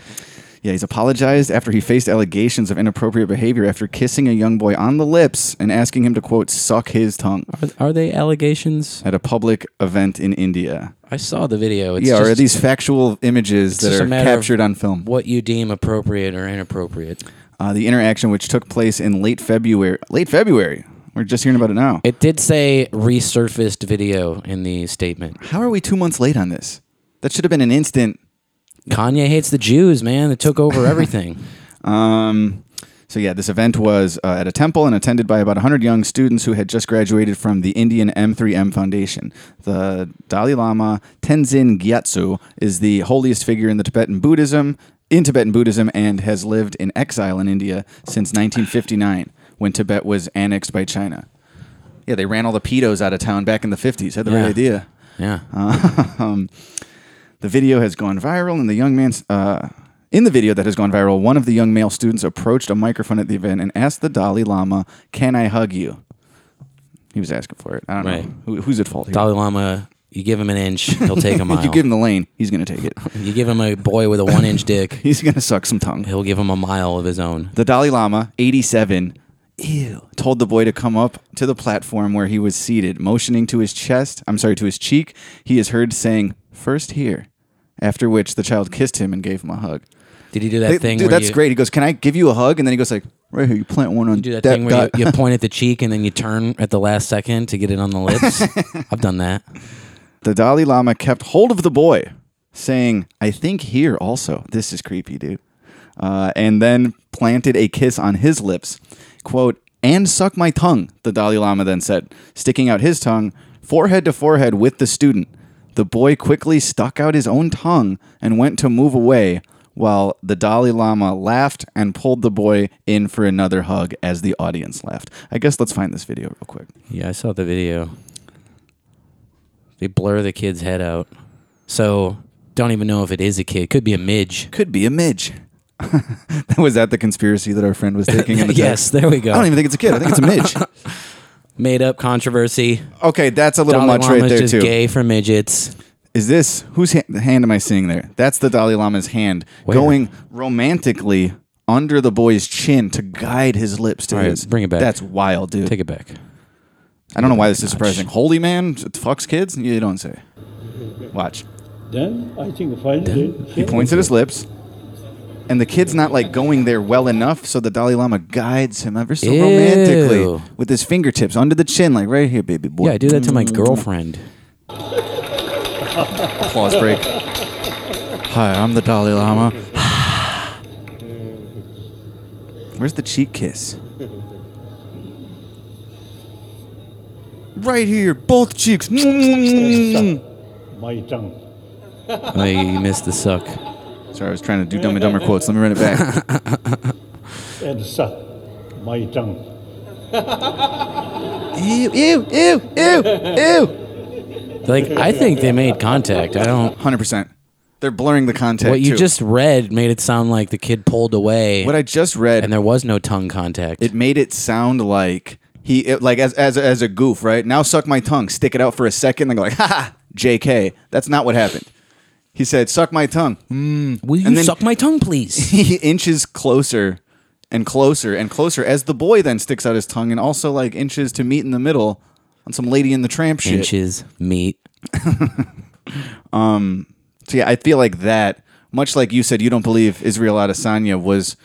[SPEAKER 4] yeah, he's apologized after he faced allegations of inappropriate behavior after kissing a young boy on the lips and asking him to quote suck his tongue
[SPEAKER 3] Are they allegations?
[SPEAKER 4] at a public event in India.
[SPEAKER 3] I saw the video. It's
[SPEAKER 4] yeah, or are
[SPEAKER 3] just
[SPEAKER 4] these factual images that
[SPEAKER 3] just a
[SPEAKER 4] are
[SPEAKER 3] matter of
[SPEAKER 4] captured on film?
[SPEAKER 3] what you deem appropriate or inappropriate.
[SPEAKER 4] Uh, the interaction which took place in late February. Late February. We're just hearing about it now.
[SPEAKER 3] It did say resurfaced video in the statement.
[SPEAKER 4] How are we two months late on this? That should have been an instant.
[SPEAKER 3] Kanye hates the Jews, man. It took over everything.
[SPEAKER 4] Um, so yeah, this event was uh, at a temple and attended by about 100 young students who had just graduated from the Indian M3M Foundation. The Dalai Lama Tenzin Gyatso is the holiest figure in the Tibetan Buddhism, in Tibetan Buddhism, and has lived in exile in India since 1959, when Tibet was annexed by China. Yeah, they ran all the pedos out of town back in the 50s. Had the right
[SPEAKER 3] Yeah.
[SPEAKER 4] idea.
[SPEAKER 3] yeah.
[SPEAKER 4] Uh, The video has gone viral, and the young man's. Uh, in the video that has gone viral, one of the young male students approached a microphone at the event and asked the Dalai Lama, "Can I hug you?" He was asking for it. I don't
[SPEAKER 3] Right.
[SPEAKER 4] know Who, who's at fault. Here?
[SPEAKER 3] Dalai Lama, you give him an inch, he'll take a mile.
[SPEAKER 4] if you give him the lane, he's gonna take it.
[SPEAKER 3] You give him a boy with a one inch dick,
[SPEAKER 4] he's gonna suck some tongue.
[SPEAKER 3] he'll give him a mile of his own.
[SPEAKER 4] The Dalai Lama, 87, ew, told the boy to come up to the platform where he was seated, motioning to his chest. I'm sorry, to his cheek. He is heard saying, first here." After which, the child kissed him and gave him a hug.
[SPEAKER 3] Did he do that
[SPEAKER 4] They-
[SPEAKER 3] thing?
[SPEAKER 4] dude,
[SPEAKER 3] where
[SPEAKER 4] that's
[SPEAKER 3] you,
[SPEAKER 4] great. He goes, "Can I give you a hug?" And then he goes like, "Right here, you plant one on
[SPEAKER 3] Do that,
[SPEAKER 4] that
[SPEAKER 3] thing where
[SPEAKER 4] dot."
[SPEAKER 3] you, you point at the cheek and then you turn at the last second to get it on the lips. I've done that.
[SPEAKER 4] The Dalai Lama kept hold of the boy, saying, "I think here also. This is creepy, dude." Uh, and then planted a kiss on his lips, quote, "And suck my tongue." The Dalai Lama then said, sticking out his tongue, forehead to forehead with the student. The boy quickly stuck out his own tongue and went to move away. While the Dalai Lama laughed and pulled the boy in for another hug as the audience laughed. I guess let's find this video real quick.
[SPEAKER 3] Yeah, I saw the video. They blur the kid's head out. So don't even know if it is a kid. Could be a midge.
[SPEAKER 4] could be a midge. was that the conspiracy that our friend was taking? In the
[SPEAKER 3] Yes,
[SPEAKER 4] text?
[SPEAKER 3] there we go.
[SPEAKER 4] I don't even think it's a kid. I think it's a midge.
[SPEAKER 3] Made up controversy.
[SPEAKER 4] Okay, that's a little
[SPEAKER 3] Dalai
[SPEAKER 4] much
[SPEAKER 3] Lama's
[SPEAKER 4] right there
[SPEAKER 3] just
[SPEAKER 4] too.
[SPEAKER 3] gay for midgets.
[SPEAKER 4] Is this whose ha- hand am I seeing there? That's the Dalai Lama's hand going romantically under the boy's chin to guide his lips to
[SPEAKER 3] All right,
[SPEAKER 4] his.
[SPEAKER 3] bring it back.
[SPEAKER 4] That's wild, dude.
[SPEAKER 3] Take it back.
[SPEAKER 4] I don't know why this is surprising. Holy man fucks kids. You don't say. Watch.
[SPEAKER 7] Then I think finally
[SPEAKER 4] He points at his lips, and the kid's not like going there well enough, so the Dalai Lama guides him ever so
[SPEAKER 3] Ew.
[SPEAKER 4] romantically with his fingertips under the chin, like right here, baby boy.
[SPEAKER 3] Yeah, I do that to my girlfriend.
[SPEAKER 4] Applause break. Hi, I'm the Dalai Lama. Where's the cheek kiss? Right here, both cheeks. Sorry,
[SPEAKER 7] my tongue.
[SPEAKER 3] Oh, you you missed the suck.
[SPEAKER 4] I was trying to do Dumb and Dumber quotes. Let me run it back.
[SPEAKER 7] And suck my tongue.
[SPEAKER 4] ew, ew, ew, ew, ew.
[SPEAKER 3] Like I think they made contact. I don't.
[SPEAKER 4] Hundred percent. They're blurring the contact.
[SPEAKER 3] What you
[SPEAKER 4] too.
[SPEAKER 3] just read made it sound like the kid pulled away,
[SPEAKER 4] what I just read,
[SPEAKER 3] and there was no tongue contact.
[SPEAKER 4] it made it sound like he it, like as as as a goof, right? Now suck my tongue, stick it out for a second, and go like, ha, ha, J.K. That's not what happened. He said, "Suck my tongue."
[SPEAKER 3] Will you
[SPEAKER 4] and then-
[SPEAKER 3] suck my tongue, please?
[SPEAKER 4] He inches closer and closer and closer as the boy then sticks out his tongue and also like inches to meet in the middle on some lady in the tramp shit.
[SPEAKER 3] Inches, meat.
[SPEAKER 4] So yeah, I feel like that, much like you said, you don't believe Israel Adesanya was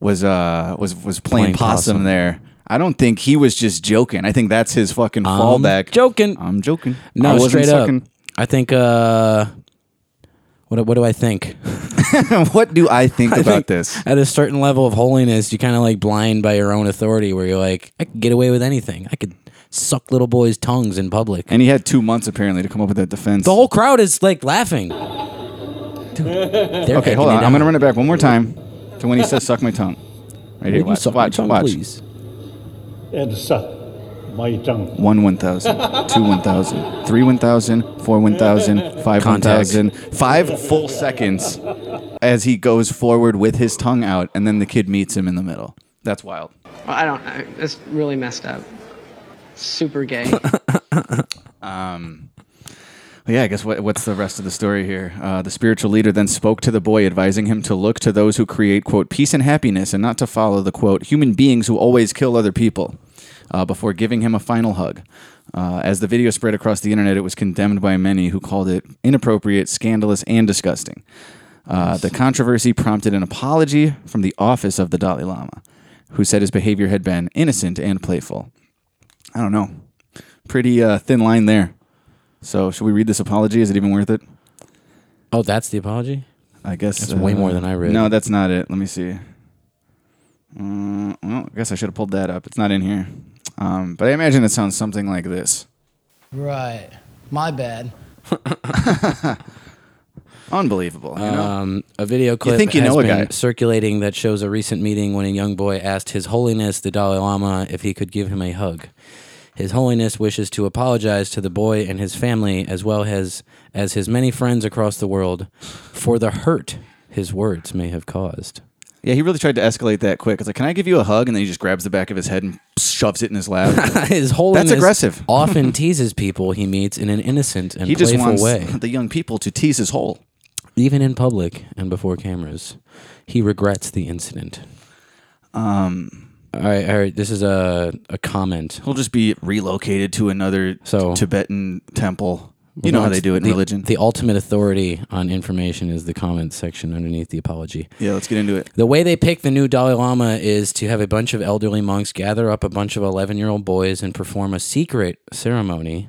[SPEAKER 4] was uh was was playing,
[SPEAKER 3] Playing
[SPEAKER 4] possum,
[SPEAKER 3] possum.
[SPEAKER 4] there. I don't think he was just joking. I think that's his fucking
[SPEAKER 3] I'm
[SPEAKER 4] fallback.
[SPEAKER 3] joking.
[SPEAKER 4] I'm joking. I
[SPEAKER 3] No,
[SPEAKER 4] wasn't
[SPEAKER 3] straight up.
[SPEAKER 4] sucking.
[SPEAKER 3] I think uh, What, what do I think?
[SPEAKER 4] what do I think
[SPEAKER 3] I
[SPEAKER 4] about
[SPEAKER 3] think
[SPEAKER 4] this?
[SPEAKER 3] At a certain level of holiness, you kind of like blind by your own authority, where you're like, I could get away with anything. I could suck little boys' tongues in public.
[SPEAKER 4] And he had two months apparently to come up with that defense.
[SPEAKER 3] the whole crowd is like laughing. Dude, they're
[SPEAKER 4] okay, hold on. I'm gonna run it back one more time to when he says "suck my tongue." Right here,
[SPEAKER 3] You
[SPEAKER 4] watch,
[SPEAKER 3] suck my
[SPEAKER 4] watch,
[SPEAKER 3] tongue,
[SPEAKER 4] watch.
[SPEAKER 3] please.
[SPEAKER 7] and suck my tongue.
[SPEAKER 4] One one thousand, two one thousand, three one thousand, four one thousand, five one
[SPEAKER 3] Contact.
[SPEAKER 4] thousand, five full seconds as he goes forward with his tongue out, and then the kid meets him in the middle. That's wild.
[SPEAKER 8] I don't. I, it's really messed up. Super gay.
[SPEAKER 4] Well, Yeah, I guess what, what's the rest of the story here? Uh, the spiritual leader then spoke to the boy, advising him to look to those who create, quote, peace and happiness, and not to follow the, quote, human beings who always kill other people, uh, before giving him a final hug. Uh, as the video spread across the internet, it was condemned by many who called it inappropriate, scandalous, and disgusting. Uh, the controversy prompted an apology from the office of the Dalai Lama, who said his behavior had been innocent and playful. I don't know. Pretty uh, thin line there. So, should we read this apology? Is it even worth it?
[SPEAKER 3] Oh, that's the apology.
[SPEAKER 4] I guess that's
[SPEAKER 3] way more than I read.
[SPEAKER 4] No, that's not it. Let me see. Uh, well, I guess I should have pulled that up. It's not in here, um, but I imagine it sounds something like this.
[SPEAKER 9] Right. My bad.
[SPEAKER 4] Unbelievable. you know?
[SPEAKER 3] Um, a video clip
[SPEAKER 4] think you
[SPEAKER 3] has
[SPEAKER 4] know a
[SPEAKER 3] been
[SPEAKER 4] guy.
[SPEAKER 3] circulating that shows a recent meeting when a young boy asked His Holiness the Dalai Lama if he could give him a hug. His Holiness wishes to apologize to the boy and his family, as well as as his many friends across the world, for the hurt his words may have caused.
[SPEAKER 4] yeah, he really tried to escalate that quick. It's like, can I give you a hug? And then he just grabs the back of his head and shoves it in his lap.
[SPEAKER 3] His Holiness
[SPEAKER 4] aggressive.
[SPEAKER 3] often teases people he meets in an innocent and
[SPEAKER 4] he just
[SPEAKER 3] playful
[SPEAKER 4] wants
[SPEAKER 3] way.
[SPEAKER 4] the young people to tease his hole.
[SPEAKER 3] even in public and before cameras. He regrets the incident. Um. All right, all right. This is a a comment.
[SPEAKER 4] He'll just be relocated to another
[SPEAKER 3] So-
[SPEAKER 4] Tibetan temple. You know how they do it in
[SPEAKER 3] the,
[SPEAKER 4] religion.
[SPEAKER 3] The ultimate authority on information is the comment section underneath the apology.
[SPEAKER 4] yeah, let's get into it.
[SPEAKER 3] The way they pick the new Dalai Lama is to have a bunch of elderly monks gather up a bunch of 11 year old boys and perform a secret ceremony.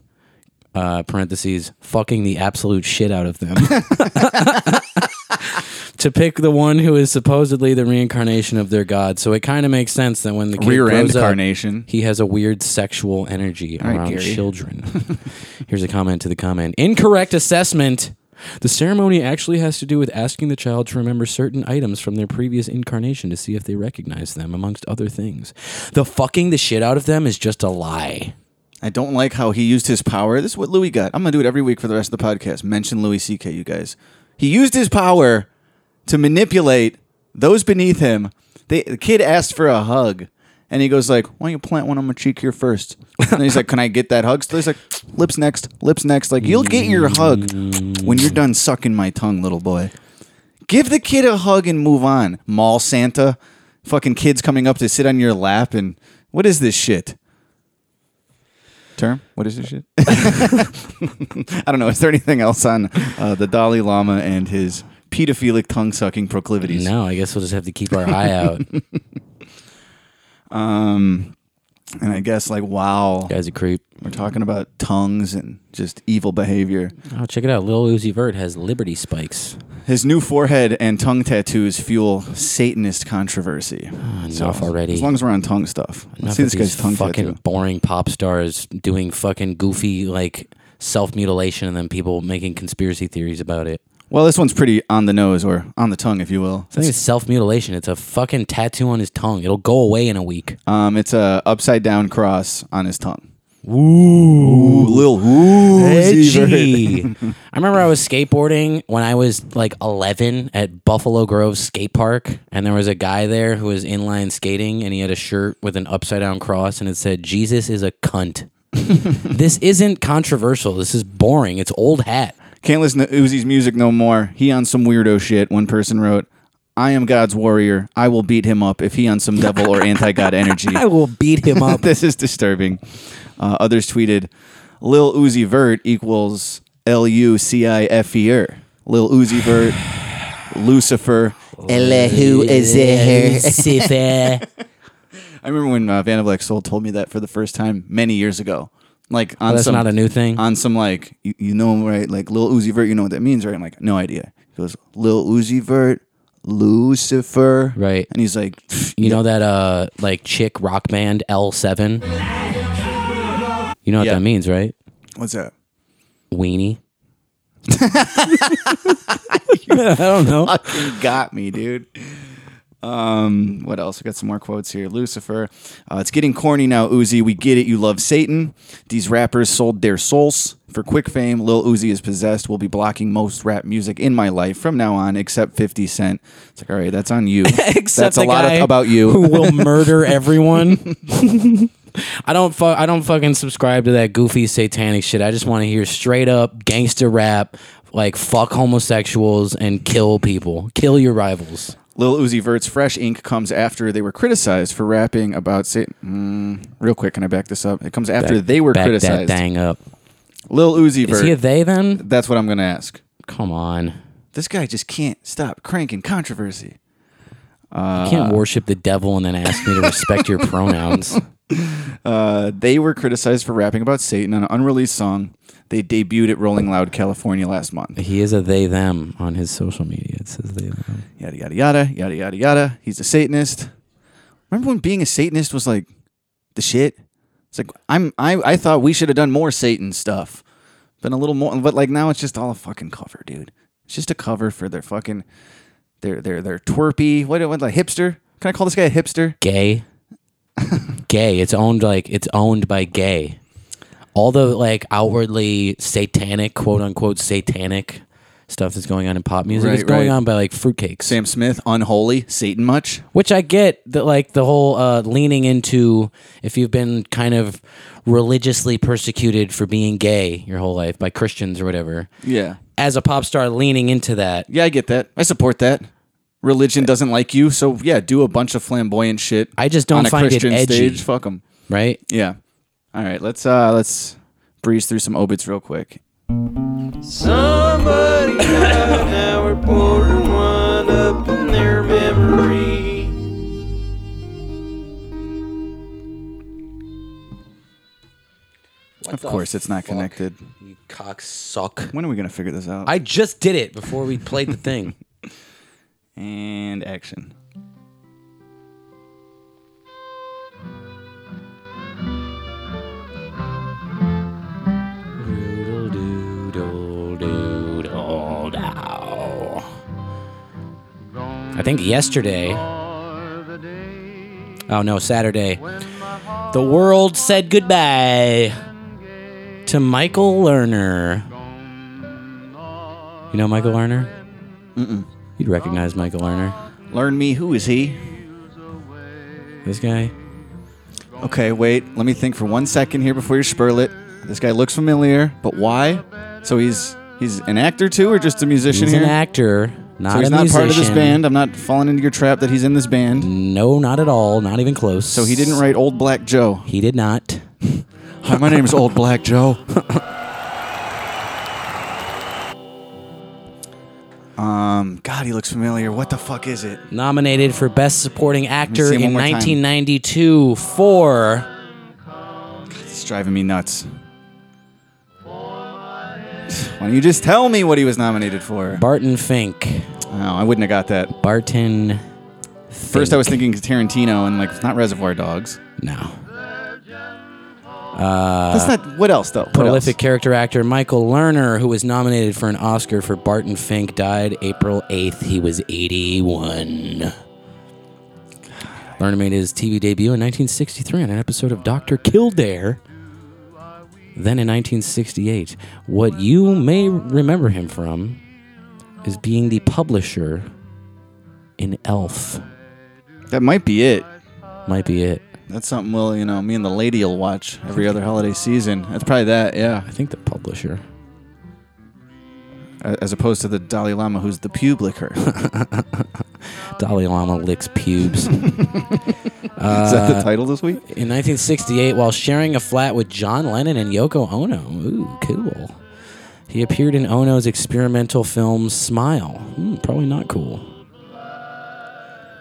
[SPEAKER 3] Uh, parentheses, fucking the absolute shit out of them. to pick the one who is supposedly the reincarnation of their god. So it kind of makes sense that when the kid
[SPEAKER 4] Rear end
[SPEAKER 3] grows up,
[SPEAKER 4] carnation.
[SPEAKER 3] he has a weird sexual energy
[SPEAKER 4] right,
[SPEAKER 3] around
[SPEAKER 4] Gary.
[SPEAKER 3] children. Here's a comment to the comment. Incorrect assessment. The ceremony actually has to do with asking the child to remember certain items from their previous incarnation to see if they recognize them, amongst other things. The fucking the shit out of them is just a lie.
[SPEAKER 4] I don't like how he used his power. This is what Louis got. I'm gonna do it every week for the rest of the podcast. Mention Louis C.K. You guys. He used his power to manipulate those beneath him. They, the kid asked for a hug, and he goes like, "Why don't you plant one on my cheek here first? And then he's like, "Can I get that hug?" So he's like, "Lips next, lips next." Like you'll get your hug when you're done sucking my tongue, little boy. Give the kid a hug and move on. Mall Santa, fucking kids coming up to sit on your lap, and what is this shit? term? What is this shit? I don't know. Is there anything else on uh, the Dalai Lama and his pedophilic tongue sucking proclivities?
[SPEAKER 3] No, I guess we'll just have to keep our eye out.
[SPEAKER 4] And I guess like wow,
[SPEAKER 3] Guy's a creep.
[SPEAKER 4] we're talking about tongues and just evil behavior.
[SPEAKER 3] Oh, check it out. Lil Uzi Vert has liberty spikes.
[SPEAKER 4] His new forehead and tongue tattoos fuel Satanist controversy.
[SPEAKER 3] Ah, Enough already.
[SPEAKER 4] As long as we're on tongue stuff,
[SPEAKER 3] Enough
[SPEAKER 4] let's see
[SPEAKER 3] of
[SPEAKER 4] this guy's
[SPEAKER 3] these
[SPEAKER 4] tongue
[SPEAKER 3] fucking
[SPEAKER 4] tattoo.
[SPEAKER 3] boring pop stars doing fucking goofy like self mutilation and then people making conspiracy theories about it.
[SPEAKER 4] Well, this one's pretty on the nose or on the tongue, if you will.
[SPEAKER 3] I think it's self mutilation. It's a fucking tattoo on his tongue. It'll go away in a week.
[SPEAKER 4] Um, it's a upside down cross on his tongue. Ooh, little ooh,
[SPEAKER 3] Edgy. I remember I was skateboarding when I was like 11 at Buffalo Grove Skate Park, and there was a guy there who was inline skating, and he had a shirt with an upside down cross, and it said, Jesus is a cunt. this isn't controversial. This is boring. It's old hat.
[SPEAKER 4] Can't listen to Uzi's music no more. He on some weirdo shit. One person wrote, I am God's warrior. I will beat him up if he on some devil or anti God energy.
[SPEAKER 3] I will beat him up.
[SPEAKER 4] this is disturbing. Uh, others tweeted, Lil Uzi Vert equals L U C I F E R. Lil Uzi Vert, Lucifer.
[SPEAKER 3] Who is it?
[SPEAKER 4] I remember when uh, Vanna Black Soul told me that for the first time many years ago. Like on
[SPEAKER 3] that's
[SPEAKER 4] some,
[SPEAKER 3] not a new thing?
[SPEAKER 4] On some like you, you know right like Lil Uzi Vert, you know what that means right? I'm like no idea. goes, Lil Uzi Vert, Lucifer.
[SPEAKER 3] Right.
[SPEAKER 4] And he's like, "Pfft,
[SPEAKER 3] You know that uh like chick rock band L7? You know what
[SPEAKER 4] Yeah.
[SPEAKER 3] that means, right?
[SPEAKER 4] what's that?
[SPEAKER 3] Weenie. I don't know.
[SPEAKER 4] Fucking got me, dude. Um, what else? I got some more quotes here. Lucifer, uh, it's getting corny now, Uzi. We get it. You love Satan. These rappers sold their souls for quick fame. Lil Uzi is possessed. Will be blocking most rap music in my life from now on, except 50 Cent. It's like, all right, that's on you.
[SPEAKER 3] Except
[SPEAKER 4] that's a
[SPEAKER 3] the
[SPEAKER 4] lot
[SPEAKER 3] guy
[SPEAKER 4] of, about you.
[SPEAKER 3] Who will murder everyone? I don't fu- I don't fucking subscribe to that goofy satanic shit. I just want to hear straight up gangster rap like fuck homosexuals and kill people. Kill your rivals.
[SPEAKER 4] Lil Uzi Vert's Fresh Ink comes after they were criticized for rapping about Satan. Mm, real quick, can I back this up? It comes after
[SPEAKER 3] Back-
[SPEAKER 4] they were
[SPEAKER 3] back
[SPEAKER 4] criticized.
[SPEAKER 3] that thing up.
[SPEAKER 4] Lil Uzi
[SPEAKER 3] Is he a
[SPEAKER 4] Vert.
[SPEAKER 3] they then?
[SPEAKER 4] that's what I'm going to ask.
[SPEAKER 3] Come on.
[SPEAKER 4] This guy just can't stop cranking controversy. Uh,
[SPEAKER 3] You can't worship the devil and then ask me to respect your pronouns.
[SPEAKER 4] Uh, they were criticized for rapping about Satan on an unreleased song. They debuted at Rolling Loud California last month.
[SPEAKER 3] He is a they them on his social media. It says they them.
[SPEAKER 4] Yada yada yada yada yada yada. He's a Satanist. Remember when being a Satanist was like the shit? It's like I'm I, I thought we should have done more Satan stuff. Been a little more but like now it's just all a fucking cover, dude. It's just a cover for their fucking their their their twerpy what what like hipster? Can I call this guy a hipster?
[SPEAKER 3] Gay. gay. It's owned like it's owned by gay. All the like outwardly satanic, quote unquote satanic stuff that's going on in pop music is
[SPEAKER 4] Right,
[SPEAKER 3] going
[SPEAKER 4] right.
[SPEAKER 3] on by like fruitcakes.
[SPEAKER 4] Sam Smith, unholy, Satan much?
[SPEAKER 3] Which I get that like the whole uh, leaning into if you've been kind of religiously persecuted for being gay your whole life by Christians or whatever.
[SPEAKER 4] Yeah.
[SPEAKER 3] As a pop star leaning into that.
[SPEAKER 4] Yeah, I get that. I support that. Religion doesn't like you, so yeah, do a bunch of flamboyant shit.
[SPEAKER 3] I just don't
[SPEAKER 4] on a
[SPEAKER 3] find it
[SPEAKER 4] Christian
[SPEAKER 3] edgy.
[SPEAKER 4] stage. Fuck them.
[SPEAKER 3] Right?
[SPEAKER 4] Yeah. All right. Let's uh let's breeze through some obits real quick.
[SPEAKER 1] Somebody died, now we're pouring one up in their memory.
[SPEAKER 4] of course, it's not connected.
[SPEAKER 3] You cock suck.
[SPEAKER 4] When are we gonna figure this out?
[SPEAKER 3] I just did it before we played the thing.
[SPEAKER 4] and action.
[SPEAKER 3] I think yesterday. Oh no, Saturday. The world said goodbye to Michael Lerner. You know Michael Lerner? Mm-mm. You'd recognize Michael Lerner.
[SPEAKER 4] Learn me. Who is he?
[SPEAKER 3] This guy?
[SPEAKER 4] Okay, wait. Let me think for one second here before you spurl it. This guy looks familiar, but why? So he's he's an actor too, or just a musician
[SPEAKER 3] He's
[SPEAKER 4] here?
[SPEAKER 3] an actor, not
[SPEAKER 4] so he's
[SPEAKER 3] a
[SPEAKER 4] not
[SPEAKER 3] musician.
[SPEAKER 4] part of this band. I'm not falling into your trap that he's in this band.
[SPEAKER 3] No, not at all. Not even close.
[SPEAKER 4] So he didn't write Old Black Joe.
[SPEAKER 3] He did not.
[SPEAKER 4] Hi, my name is Old Black Joe. um, God, he looks familiar. What the fuck is it?
[SPEAKER 3] Nominated for Best Supporting Actor
[SPEAKER 4] see him
[SPEAKER 3] in
[SPEAKER 4] one more time.
[SPEAKER 3] 1992 for
[SPEAKER 4] It's driving me nuts. Why don't you just tell me what he was nominated for?
[SPEAKER 3] Barton Fink.
[SPEAKER 4] Oh, I wouldn't have got that.
[SPEAKER 3] Barton.
[SPEAKER 4] First, I was thinking Tarantino, and like it's not Reservoir Dogs.
[SPEAKER 3] No.
[SPEAKER 4] That's not. What else though? What
[SPEAKER 3] Uh, Prolific
[SPEAKER 4] else?
[SPEAKER 3] character actor Michael Lerner, who was nominated for an Oscar for Barton Fink, died April 8th. He was 81. Lerner made his TV debut in 1963 on an episode of Dr. Kildare, then in 1968. What you may remember him from is being the publisher in Elf.
[SPEAKER 4] That might be it.
[SPEAKER 3] Might be it.
[SPEAKER 4] That's something. Well, you know, me and the lady will watch every other holiday season. That's probably that. Yeah.
[SPEAKER 3] I think the publisher.
[SPEAKER 4] A- As opposed to the Dalai Lama, who's the publicer.
[SPEAKER 3] Dalai Lama licks pubes.
[SPEAKER 4] Is that
[SPEAKER 3] Uh,
[SPEAKER 4] the title this week?
[SPEAKER 3] In 1968, while sharing a flat with John Lennon and Yoko Ono. Ooh, cool. He appeared in Ono's experimental film Smile. Hmm, probably not cool.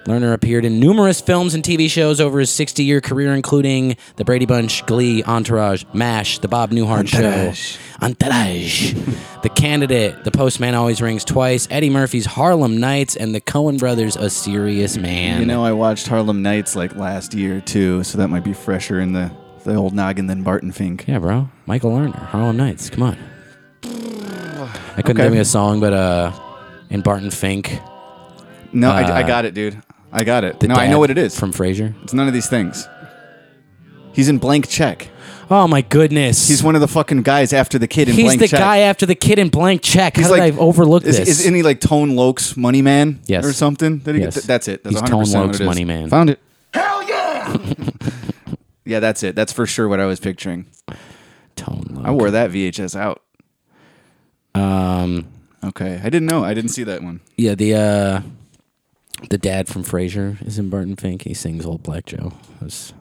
[SPEAKER 3] Lerner appeared in numerous films and TV shows over his 60 year career, including The Brady Bunch, Glee, Entourage, MASH, The Bob Newhart
[SPEAKER 4] Entourage.
[SPEAKER 3] Show, Entourage, The Candidate, The Postman Always Rings Twice, Eddie Murphy's Harlem Nights, and The Coen Brothers, A Serious Man.
[SPEAKER 4] You know, I watched Harlem Nights like last year too, so that might be fresher in the, the old noggin than Barton Fink.
[SPEAKER 3] yeah, bro. Michael Lerner, Harlem Nights. Come on. I couldn't
[SPEAKER 4] Okay.
[SPEAKER 3] give you a song, but uh, in Barton Fink,
[SPEAKER 4] No, I, I
[SPEAKER 3] Uh,
[SPEAKER 4] got it, dude. I got it.
[SPEAKER 3] the
[SPEAKER 4] No, I
[SPEAKER 3] dad
[SPEAKER 4] know what it is.
[SPEAKER 3] from Frasier.
[SPEAKER 4] it's none of these things. He's in blank check.
[SPEAKER 3] Oh my goodness!
[SPEAKER 4] He's one of the fucking guys after the kid in
[SPEAKER 3] He's
[SPEAKER 4] blank
[SPEAKER 3] the
[SPEAKER 4] check.
[SPEAKER 3] guy after the kid in blank check.
[SPEAKER 4] He's
[SPEAKER 3] How
[SPEAKER 4] like
[SPEAKER 3] did I overlook
[SPEAKER 4] is,
[SPEAKER 3] this?
[SPEAKER 4] Is any like Tone Loke's Money Man?
[SPEAKER 3] Yes.
[SPEAKER 4] Or something? That he,
[SPEAKER 3] Yes.
[SPEAKER 4] th- that's it. That's
[SPEAKER 3] He's
[SPEAKER 4] 100%
[SPEAKER 3] Tone
[SPEAKER 4] what
[SPEAKER 3] Loke's
[SPEAKER 4] it is.
[SPEAKER 3] Money Man.
[SPEAKER 4] Found it. Hell yeah! yeah, that's it. That's for sure what I was picturing.
[SPEAKER 3] Tone
[SPEAKER 4] I wore that VHS out.
[SPEAKER 3] Um,
[SPEAKER 4] Okay, I didn't know. I didn't see that one.
[SPEAKER 3] yeah, the uh, the dad from Frasier is in Barton Fink. He sings "Old Black Joe." That's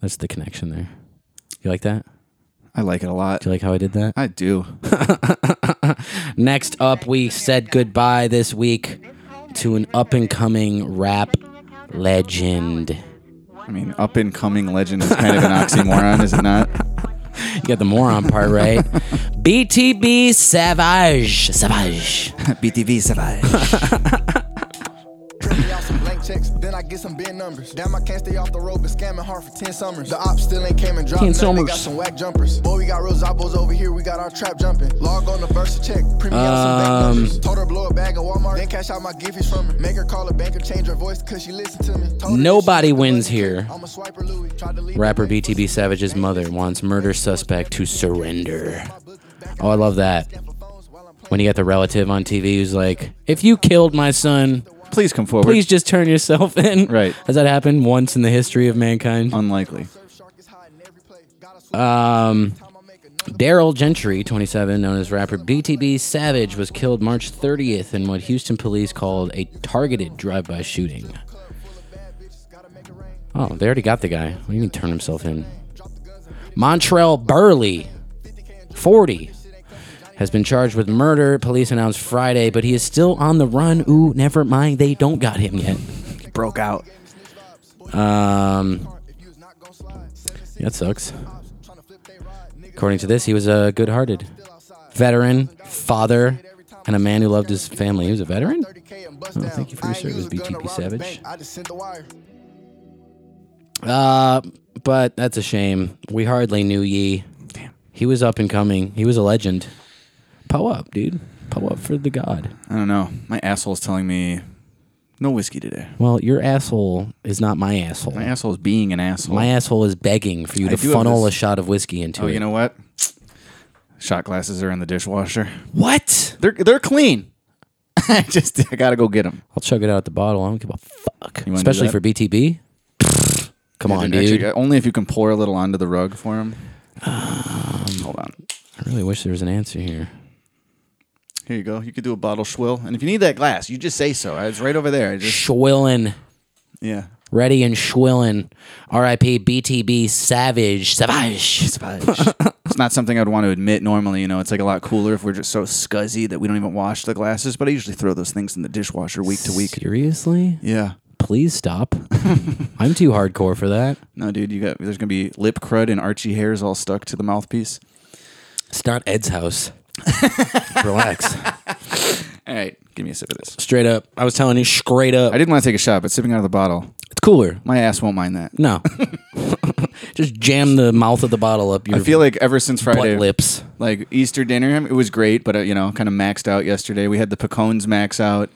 [SPEAKER 3] that's the connection there. You like that?
[SPEAKER 4] I like it a lot.
[SPEAKER 3] Do you like how I did that?
[SPEAKER 4] I do.
[SPEAKER 3] Next up, we said goodbye this week to an up and coming rap legend.
[SPEAKER 4] I mean, up and coming legend is kind of an oxymoron, is it not?
[SPEAKER 3] You got the moron part right. BTB Savage. Savage.
[SPEAKER 4] BTV Savage.
[SPEAKER 10] Print me out some blank checks, then I get some big numbers. Damn, I can't stay off the road, been scamming hard for 10 summers. The ops still ain't came and dropped
[SPEAKER 3] 10
[SPEAKER 10] nothing, they got
[SPEAKER 3] summers.
[SPEAKER 10] some whack jumpers. Boy, we got real Zabos over here, we got our trap jumping. Log on the Versa check, print me out some
[SPEAKER 3] Um,
[SPEAKER 10] bank numbers. Told her blow a bag at Walmart, then cash out my gifties from her. Make her call a banker, change her voice, cause she listen to me. Told her
[SPEAKER 3] Nobody
[SPEAKER 10] that she-
[SPEAKER 3] wins here.
[SPEAKER 10] I'm a swiper, Louis. Tried to leave
[SPEAKER 3] Rapper
[SPEAKER 10] the bank, but
[SPEAKER 3] BTB Savage's mother wants murder suspect to surrender. Oh, I love that. When you got the relative on TV who's like, if you killed my son,
[SPEAKER 4] Please come forward.
[SPEAKER 3] please just turn yourself in.
[SPEAKER 4] Right.
[SPEAKER 3] Has that happened once in the history of mankind?
[SPEAKER 4] Unlikely.
[SPEAKER 3] Um, Daryl Gentry, 27, known as rapper BTB Savage, was killed March 30th in what Houston police called a targeted drive-by shooting. Oh, they already got the guy. What do you mean turn himself in? Montrell Burley, 40, has been charged with murder. Police announced Friday, but he is still on the run. Ooh, never mind. They don't got him yet.
[SPEAKER 4] Broke out.
[SPEAKER 3] Um, that sucks. According to this, he was a uh, good-hearted veteran, father, and a man who loved his family. He was a veteran.
[SPEAKER 10] 30K and bust down.
[SPEAKER 3] Oh, thank you for your
[SPEAKER 10] I ain't
[SPEAKER 3] service,
[SPEAKER 10] use a gun to
[SPEAKER 3] BTB
[SPEAKER 10] rob the
[SPEAKER 3] Savage.
[SPEAKER 10] bank, I just sent the wire.
[SPEAKER 3] Uh, but that's a shame. We hardly knew ye. Damn. He was up and coming. He was a legend. Poe up, dude. Poe up for the god.
[SPEAKER 4] I don't know. My asshole's telling me no whiskey today.
[SPEAKER 3] Well, your asshole is not my asshole.
[SPEAKER 4] My asshole's being an asshole.
[SPEAKER 3] My asshole is begging for you
[SPEAKER 4] I
[SPEAKER 3] to
[SPEAKER 4] do have
[SPEAKER 3] funnel a
[SPEAKER 4] this-
[SPEAKER 3] shot of whiskey into
[SPEAKER 4] oh,
[SPEAKER 3] it.
[SPEAKER 4] you know what? Shot glasses are in the dishwasher.
[SPEAKER 3] what?
[SPEAKER 4] They're they're clean. I just I gotta go get them.
[SPEAKER 3] I'll chug it out the bottle. I don't give a fuck.
[SPEAKER 4] You wanna do
[SPEAKER 3] Especially
[SPEAKER 4] that?
[SPEAKER 3] for BTB. Come on, dude.
[SPEAKER 4] only if you can pour a little onto the rug for him.
[SPEAKER 3] Um,
[SPEAKER 4] Hold on.
[SPEAKER 3] I really wish there was an answer here.
[SPEAKER 4] Here you go. You could do a bottle swill, and if you need that glass, you just say so. It's right over there. I just
[SPEAKER 3] Schwillin.
[SPEAKER 4] yeah.
[SPEAKER 3] Ready and Schwillin. R.I.P. BTB Savage. Savage.
[SPEAKER 4] it's not something I'd want to admit normally. You know, it's like a lot cooler if we're just so scuzzy that we don't even wash the glasses. But I usually throw those things in the dishwasher week to week.
[SPEAKER 3] Seriously?
[SPEAKER 4] Yeah.
[SPEAKER 3] Please stop. I'm too hardcore for that.
[SPEAKER 4] No, dude, you got there's gonna be lip crud and Archie hairs all stuck to the mouthpiece.
[SPEAKER 3] It's not Ed's house. Relax.
[SPEAKER 4] All right, give me a sip of this.
[SPEAKER 3] Straight up. I was telling you straight up.
[SPEAKER 4] I didn't want to take a shot, but sipping out of the bottle,
[SPEAKER 3] It's cooler.
[SPEAKER 4] my ass won't mind that.
[SPEAKER 3] No. Just jam the mouth of the bottle up your
[SPEAKER 4] I feel like ever since
[SPEAKER 3] butt
[SPEAKER 4] Friday,
[SPEAKER 3] lips.
[SPEAKER 4] like Easter dinner, it was great, but uh, you know, kind of maxed out yesterday. We had the pecans max out.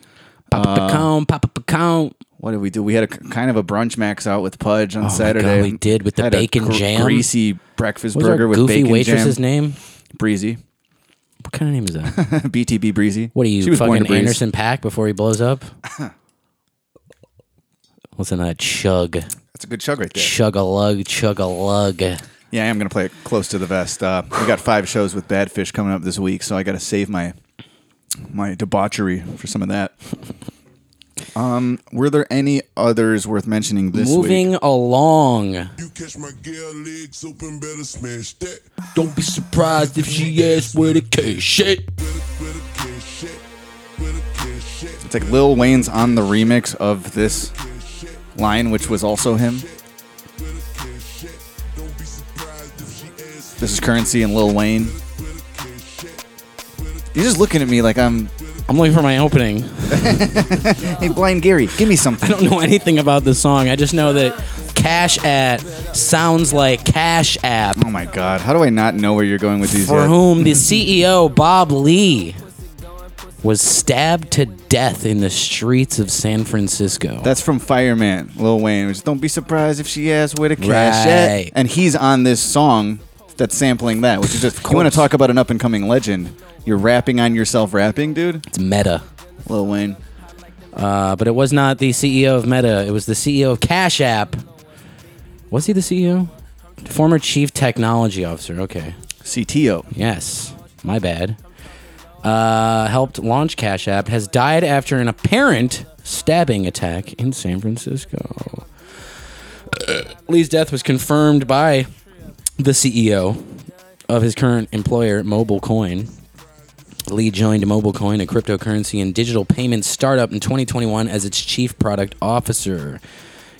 [SPEAKER 3] Papa pecan, Papa pecan.
[SPEAKER 4] What did we do? We had a kind of a brunch max out with Pudge on
[SPEAKER 3] Oh my
[SPEAKER 4] Saturday.
[SPEAKER 3] God, we did with the
[SPEAKER 4] Had a
[SPEAKER 3] bacon jam.
[SPEAKER 4] greasy breakfast
[SPEAKER 3] What was
[SPEAKER 4] burger
[SPEAKER 3] our
[SPEAKER 4] with
[SPEAKER 3] goofy
[SPEAKER 4] bacon
[SPEAKER 3] waitress's
[SPEAKER 4] jam.
[SPEAKER 3] name?
[SPEAKER 4] Breezy,
[SPEAKER 3] What kind of name is that?
[SPEAKER 4] BTB Breezy.
[SPEAKER 3] What are you
[SPEAKER 4] She was born
[SPEAKER 3] fucking
[SPEAKER 4] to breeze.
[SPEAKER 3] Anderson Pack before he blows up? Listen to that chug,
[SPEAKER 4] That's a good chug right there.
[SPEAKER 3] chug a lug, chug a lug.
[SPEAKER 4] Yeah, I am going to play it close to the vest. Uh, we got five shows with Bad Fish coming up this week, so I got to save my my debauchery for some of that. Um, were there any others worth mentioning this
[SPEAKER 3] Moving
[SPEAKER 4] week?
[SPEAKER 3] along.
[SPEAKER 11] You catch my girl legs open, better smash that.
[SPEAKER 3] Don't be surprised if she asks where the cash shit.
[SPEAKER 11] With a, with a cash shit. With a cash shit.
[SPEAKER 4] It's like Lil Wayne's on the remix of this line, which was also him. This is Currency and Lil Wayne. You're just looking at me like I'm.
[SPEAKER 3] I'm looking for my opening.
[SPEAKER 4] hey, Blind Gary, give me something.
[SPEAKER 3] I don't know anything about this song. I just know that Cash At sounds like Cash App.
[SPEAKER 4] Oh my God, how do I not know where you're going with these?
[SPEAKER 3] for
[SPEAKER 4] yet?
[SPEAKER 3] whom the CEO, Bob Lee, was stabbed to death in the streets of San Francisco.
[SPEAKER 4] That's from Fireman, Lil Wayne. Which don't be surprised if she asks where the cash
[SPEAKER 3] Right.
[SPEAKER 4] at. And he's on this song that's sampling that, which is just. You want to talk about an up and coming legend? You're rapping on yourself, rapping, dude.
[SPEAKER 3] It's meta.
[SPEAKER 4] Lil Wayne.
[SPEAKER 3] Uh, but it was not the CEO of Meta. It was the CEO of Cash App. Was he the CEO? Former Chief Technology Officer. Okay.
[SPEAKER 4] CTO.
[SPEAKER 3] Yes. My bad. Uh, helped launch Cash App. Has died after an apparent stabbing attack in San Francisco. Lee's death was confirmed by the CEO of his current employer, Mobile Coin. Lee joined MobileCoin, a cryptocurrency and digital payment startup, in 2021 as its chief product officer.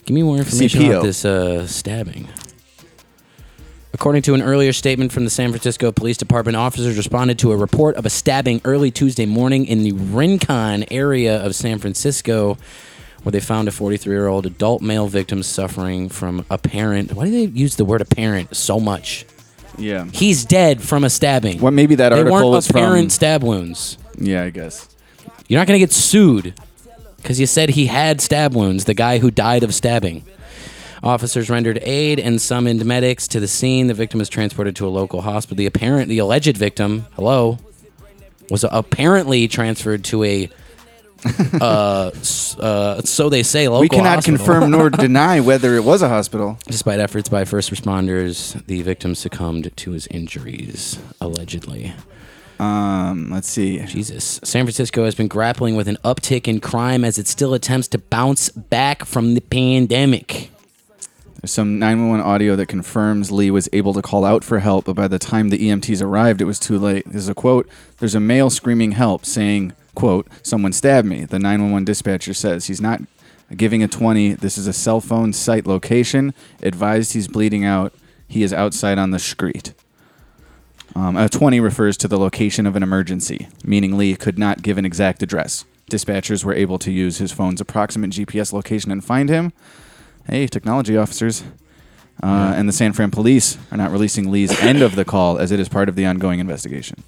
[SPEAKER 3] Give me more information
[SPEAKER 4] CPO.
[SPEAKER 3] about this uh, stabbing. According to an earlier statement from the San Francisco Police Department, officers responded to a report of a stabbing early Tuesday morning in the Rincon area of San Francisco, where they found a 43 year old adult male victim suffering from apparent. Why do they use the word apparent so much?
[SPEAKER 4] Yeah.
[SPEAKER 3] He's dead from a stabbing.
[SPEAKER 4] Well, maybe that
[SPEAKER 3] they
[SPEAKER 4] article
[SPEAKER 3] weren't
[SPEAKER 4] was from-
[SPEAKER 3] apparent stab wounds.
[SPEAKER 4] Yeah, I guess.
[SPEAKER 3] You're not going to get sued because you said he had stab wounds, the guy who died of stabbing. Officers rendered aid and summoned medics to the scene. The victim was transported to a local hospital. The apparent, the alleged victim, hello, was apparently transferred to a, uh, s- uh, so they say, local
[SPEAKER 4] we cannot
[SPEAKER 3] hospital.
[SPEAKER 4] confirm nor deny whether it was a hospital.
[SPEAKER 3] Despite efforts by first responders, the victim succumbed to his injuries, allegedly.
[SPEAKER 4] Um, let's see.
[SPEAKER 3] Jesus. San Francisco has been grappling with an uptick in crime as it still attempts to bounce back from the pandemic.
[SPEAKER 4] There's some 911 audio that confirms Lee was able to call out for help, but by the time the EMTs arrived, it was too late. This is a quote. There's a male screaming help saying, quote, someone stabbed me. The 911 dispatcher says he's not giving a 20. This is a cell phone site location. Advised he's bleeding out. He is outside on the street. Um, a 20 refers to the location of an emergency, meaning Lee could not give an exact address. Dispatchers were able to use his phone's approximate GPS location and find him. Hey, technology officers. Uh, And the San Fran police are not releasing Lee's end of the call as it is part of the ongoing investigation.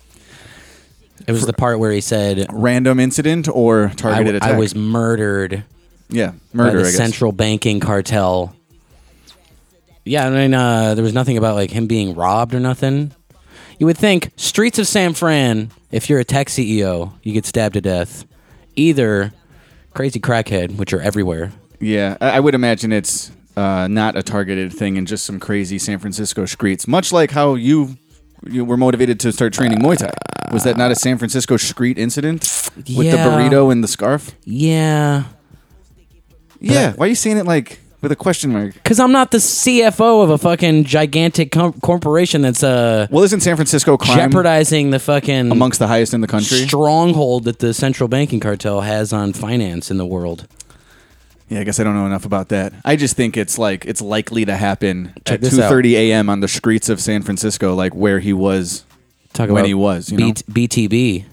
[SPEAKER 3] It was the part where he said,
[SPEAKER 4] Random incident or
[SPEAKER 3] I,
[SPEAKER 4] targeted
[SPEAKER 3] I
[SPEAKER 4] attack?
[SPEAKER 3] was murdered
[SPEAKER 4] yeah,
[SPEAKER 3] by
[SPEAKER 4] murder,
[SPEAKER 3] the
[SPEAKER 4] I guess.
[SPEAKER 3] central banking cartel. Yeah, I mean, uh, there was nothing about like him being robbed or nothing. You would think streets of San Fran. If you're a tech CEO, you get stabbed to death. Either crazy crackhead, which are everywhere.
[SPEAKER 4] Yeah, I, I would imagine it's uh, not a targeted thing and just some crazy San Francisco streets, much like how you you were motivated to start training Muay Thai. Was that not a San Francisco street incident with
[SPEAKER 3] Yeah.
[SPEAKER 4] the burrito and the scarf?
[SPEAKER 3] Yeah,
[SPEAKER 4] Yeah. Why are you saying it like with a question mark?
[SPEAKER 3] Because I'm not the CFO of a fucking gigantic com- corporation that's uh,
[SPEAKER 4] Well, isn't San Francisco crime
[SPEAKER 3] jeopardizing the fucking
[SPEAKER 4] amongst the highest in the country?
[SPEAKER 3] stronghold that the central banking cartel has on finance in the world.
[SPEAKER 4] Yeah, I guess I don't know enough about that. I just think it's like it's likely to happen
[SPEAKER 3] Check
[SPEAKER 4] at
[SPEAKER 3] this
[SPEAKER 4] two
[SPEAKER 3] out.
[SPEAKER 4] thirty a.m. on the streets of San Francisco, like where he was.
[SPEAKER 3] Talk
[SPEAKER 4] When
[SPEAKER 3] about
[SPEAKER 4] he was, you know?
[SPEAKER 3] BTB.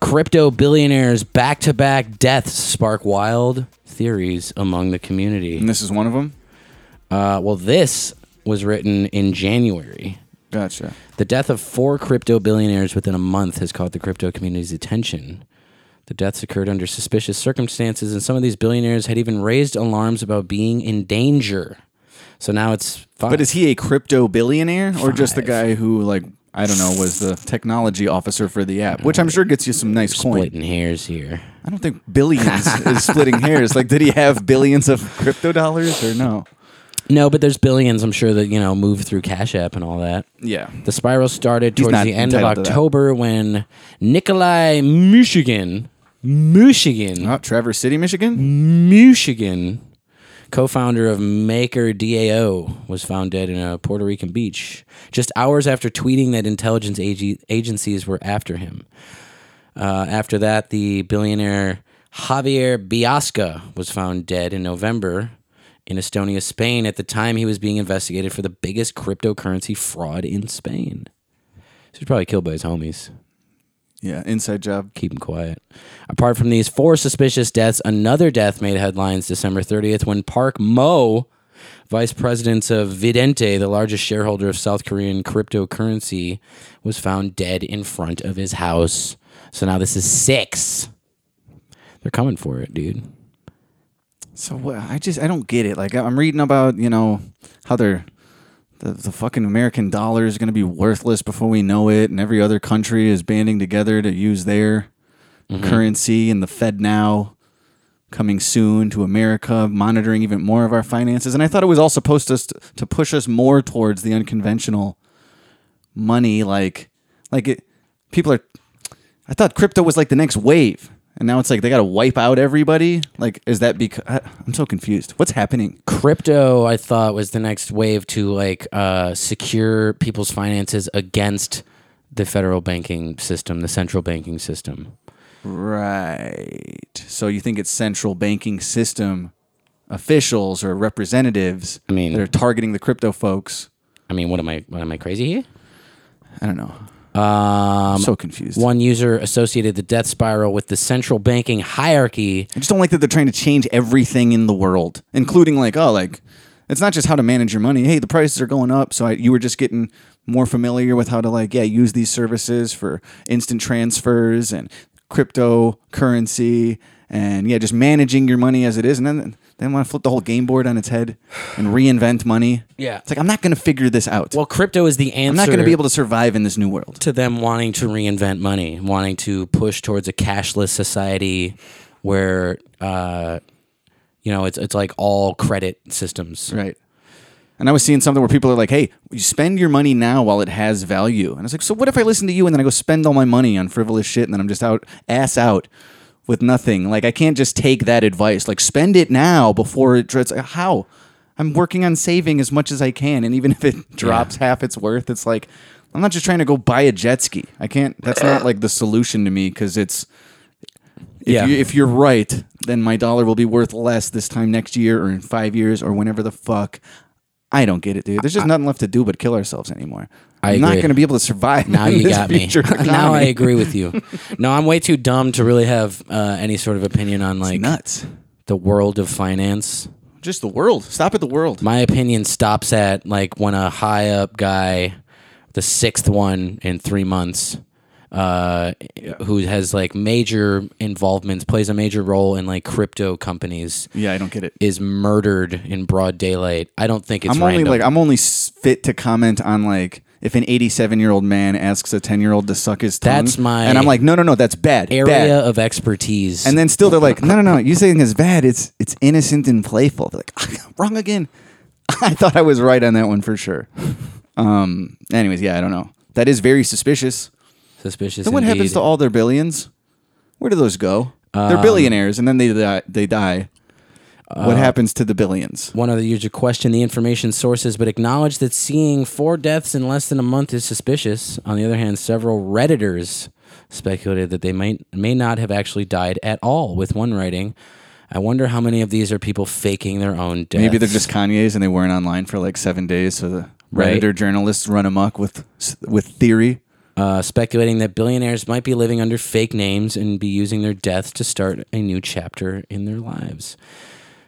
[SPEAKER 3] Crypto billionaires back to back deaths spark wild theories among the community.
[SPEAKER 4] And this is one of them.
[SPEAKER 3] Uh, well, this was written in January.
[SPEAKER 4] Gotcha.
[SPEAKER 3] The death of four crypto billionaires within a month has caught the crypto community's attention. The deaths occurred under suspicious circumstances, and some of these billionaires had even raised alarms about being in danger. So now it's fine.
[SPEAKER 4] But is he a crypto billionaire or just the
[SPEAKER 3] Five.
[SPEAKER 4] guy who like I don't know was the technology officer for the app, which I'm sure gets you some nice coin.
[SPEAKER 3] splitting hairs here?
[SPEAKER 4] I don't think billions is splitting hairs. Like, did he have billions of crypto dollars or no?
[SPEAKER 3] No, but there's billions, I'm sure, that, you know, move through Cash App and all that.
[SPEAKER 4] Yeah,
[SPEAKER 3] The spiral started
[SPEAKER 4] He's
[SPEAKER 3] towards
[SPEAKER 4] not
[SPEAKER 3] the end of
[SPEAKER 4] entitled to that.
[SPEAKER 3] October when Nikolai Michigan, Michigan,
[SPEAKER 4] oh, Traverse City, Michigan.
[SPEAKER 3] Mm. Michigan, co-founder of Maker DAO, was found dead in a Puerto Rican beach just hours after tweeting that intelligence ag- agencies were after him. Uh, after that, the billionaire Javier Biasca was found dead in November in Estonia, Spain. At the time, he was being investigated for the biggest cryptocurrency fraud in Spain. He was probably killed by his homies.
[SPEAKER 4] Yeah, inside job.
[SPEAKER 3] Keep him quiet. Apart from these four suspicious deaths, another death made headlines December 30th when Park Mo, vice president of Vidente, the largest shareholder of South Korean cryptocurrency, was found dead in front of his house. So now this is six. They're coming for it, dude.
[SPEAKER 4] So what, I just I don't get it. Like I'm reading about you know how they're the, the fucking American dollar is going to be worthless before we know it, and every other country is banding together to use their currency, and the Fed now coming soon to America, monitoring even more of our finances. And I thought it was all supposed to to push us more towards the unconventional money, like like it. People are. I thought crypto was like the next wave. And now it's like they got to wipe out everybody. Like, is that because I'm so confused? What's happening?
[SPEAKER 3] crypto i thought was the next wave to like uh, secure people's finances against the federal banking system the central banking system
[SPEAKER 4] Right. So you think it's central banking system officials or representatives I
[SPEAKER 3] mean-
[SPEAKER 4] that are targeting the crypto folks?
[SPEAKER 3] i mean what am i what am i crazy here
[SPEAKER 4] I don't know.
[SPEAKER 3] um,
[SPEAKER 4] I'm so confused.
[SPEAKER 3] one user associated the death spiral with the central banking hierarchy
[SPEAKER 4] I just don't like that they're trying to change everything in the world, including like oh like it's not just how to manage your money. Hey, the prices are going up, so I, you were just getting more familiar with how to like yeah use these services for instant transfers and cryptocurrency and yeah just managing your money as it is, and then then want to flip the whole game board on its head and reinvent money.
[SPEAKER 3] Yeah.
[SPEAKER 4] it's like I'm not going to figure this out.
[SPEAKER 3] well crypto is the answer
[SPEAKER 4] I'm not going to be able to survive in this new world.
[SPEAKER 3] to them wanting to reinvent money, wanting to push towards a cashless society where uh, you know it's it's like all credit systems.
[SPEAKER 4] Right. And I was seeing something where people are like, hey, you spend your money now while it has value. And I was like, so what if I listen to you and then I go spend all my money on frivolous shit and then I'm just out, ass out with nothing? Like, I can't just take that advice. Like, spend it now before it drops. How? I'm working on saving as much as I can. And even if it drops half its worth, it's like, I'm not just trying to go buy a jet ski. I can't, that's not like the solution to me because it's, if,
[SPEAKER 3] Yeah.
[SPEAKER 4] you, if you're right, then my dollar will be worth less this time next year or in five years or whenever the fuck. I don't get it, dude. There's just nothing left to do but kill ourselves anymore.
[SPEAKER 3] I
[SPEAKER 4] I'm not
[SPEAKER 3] agree.
[SPEAKER 4] going to be able to survive.
[SPEAKER 3] Now
[SPEAKER 4] in
[SPEAKER 3] you
[SPEAKER 4] this
[SPEAKER 3] got me.
[SPEAKER 4] future
[SPEAKER 3] now I
[SPEAKER 4] economy.
[SPEAKER 3] agree with you. No, I'm way too dumb to really have uh, any sort of opinion on like
[SPEAKER 4] Nuts.
[SPEAKER 3] the world of finance.
[SPEAKER 4] Just the world. Stop at the world.
[SPEAKER 3] My opinion stops at like when a high up guy, the sixth one in three months, uh, who has like major involvements, plays a major role in like crypto companies,
[SPEAKER 4] yeah, I don't get it.
[SPEAKER 3] is murdered in broad daylight. I don't think it's
[SPEAKER 4] I'm only
[SPEAKER 3] random.
[SPEAKER 4] like I'm only s- fit to comment on like if an 87 year old man asks a 10 year old to suck his tongue.
[SPEAKER 3] That's my
[SPEAKER 4] and I'm like, no, no, no, that's bad.
[SPEAKER 3] area
[SPEAKER 4] bad.
[SPEAKER 3] of expertise.
[SPEAKER 4] And then still they're like, no, no, no, you saying it's bad. It's it's innocent and playful. They're like, wrong again. I thought I was right on that one for sure. Um. Anyways, yeah, I don't know. That is very suspicious.
[SPEAKER 3] suspicious.
[SPEAKER 4] Then what happens
[SPEAKER 3] indeed. Um,
[SPEAKER 4] to all their billions? Where do those go? they're billionaires, and then they die. They die.
[SPEAKER 3] uh,
[SPEAKER 4] what happens to the billions?
[SPEAKER 3] One other user questioned the information sources, but acknowledged that seeing four deaths in less than a month is suspicious. On the other hand, several redditors speculated that they might may not have actually died at all. With one writing, "I wonder how many of these are people faking their own deaths."
[SPEAKER 4] Maybe they're just Kanye's, and they weren't online for like seven days. So the
[SPEAKER 3] Right.
[SPEAKER 4] redditor journalists run amok with with theory.
[SPEAKER 3] uh, speculating that billionaires might be living under fake names and be using their deaths to start a new chapter in their lives.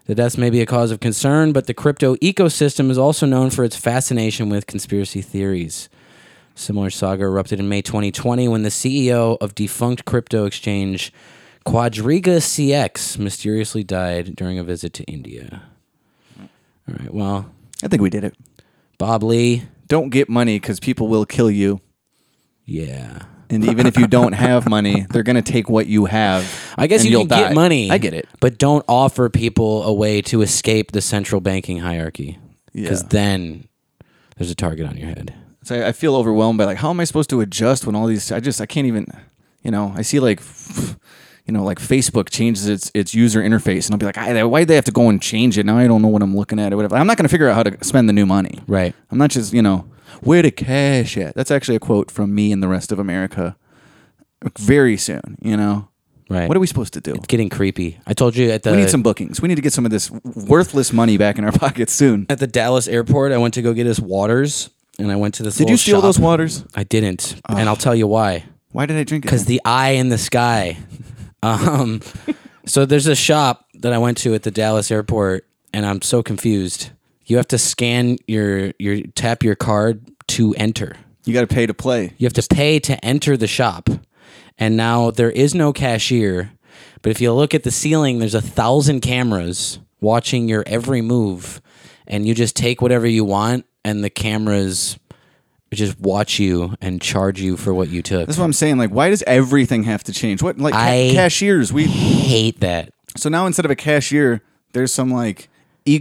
[SPEAKER 3] The deaths may be a cause of concern, but the crypto ecosystem is also known for its fascination with conspiracy theories. Similar saga erupted in May 2020 when the CEO of defunct crypto exchange Quadriga CX mysteriously died during a visit to India. All right, well,
[SPEAKER 4] I think we did it.
[SPEAKER 3] Bob Lee,
[SPEAKER 4] Don't get money because people will kill you.
[SPEAKER 3] yeah.
[SPEAKER 4] And even if you don't have money, they're going to take what you have.
[SPEAKER 3] I guess
[SPEAKER 4] and
[SPEAKER 3] you
[SPEAKER 4] you'll
[SPEAKER 3] can
[SPEAKER 4] die.
[SPEAKER 3] get money.
[SPEAKER 4] I get it.
[SPEAKER 3] But don't offer people a way to escape the central banking hierarchy. Because
[SPEAKER 4] Yeah.
[SPEAKER 3] then there's a target on your head.
[SPEAKER 4] So I, I feel overwhelmed by like, how am I supposed to adjust when all these? I just I can't even. You know, I see like, you know, like Facebook changes its its user interface, and I'll be like, I, why would they have to go and change it? Now I don't know what I'm looking at or whatever. I'm not going to figure out how to spend the new money.
[SPEAKER 3] Right.
[SPEAKER 4] I'm not just you know where to cash at. That's actually a quote from me and the rest of America. Very soon, you know.
[SPEAKER 3] Right.
[SPEAKER 4] What are we supposed to do?
[SPEAKER 3] It's getting creepy. I told you at the
[SPEAKER 4] we need some bookings. We need to get some of this worthless money back in our pockets soon.
[SPEAKER 3] at the Dallas airport. I went to go get us waters, and I went to this.
[SPEAKER 4] Did
[SPEAKER 3] little
[SPEAKER 4] you steal
[SPEAKER 3] shop.
[SPEAKER 4] those waters?
[SPEAKER 3] I didn't, and I'll tell you why.
[SPEAKER 4] Why did I drink it?
[SPEAKER 3] Because the eye in the sky. Um, so there's a shop that I went to at the Dallas airport, and I'm so confused. You have to scan your your tap your card to enter.
[SPEAKER 4] you got to pay to play.
[SPEAKER 3] You have to pay to enter the shop. And now there is no cashier. But if you look at the ceiling, there's a thousand cameras watching your every move. And you just take whatever you want, and the cameras just watch you and charge you for what you took.
[SPEAKER 4] That's what I'm saying. Like, why does everything have to change? What like ca-
[SPEAKER 3] I-
[SPEAKER 4] cashiers? We
[SPEAKER 3] Hate that.
[SPEAKER 4] so now instead of a cashier, there's some like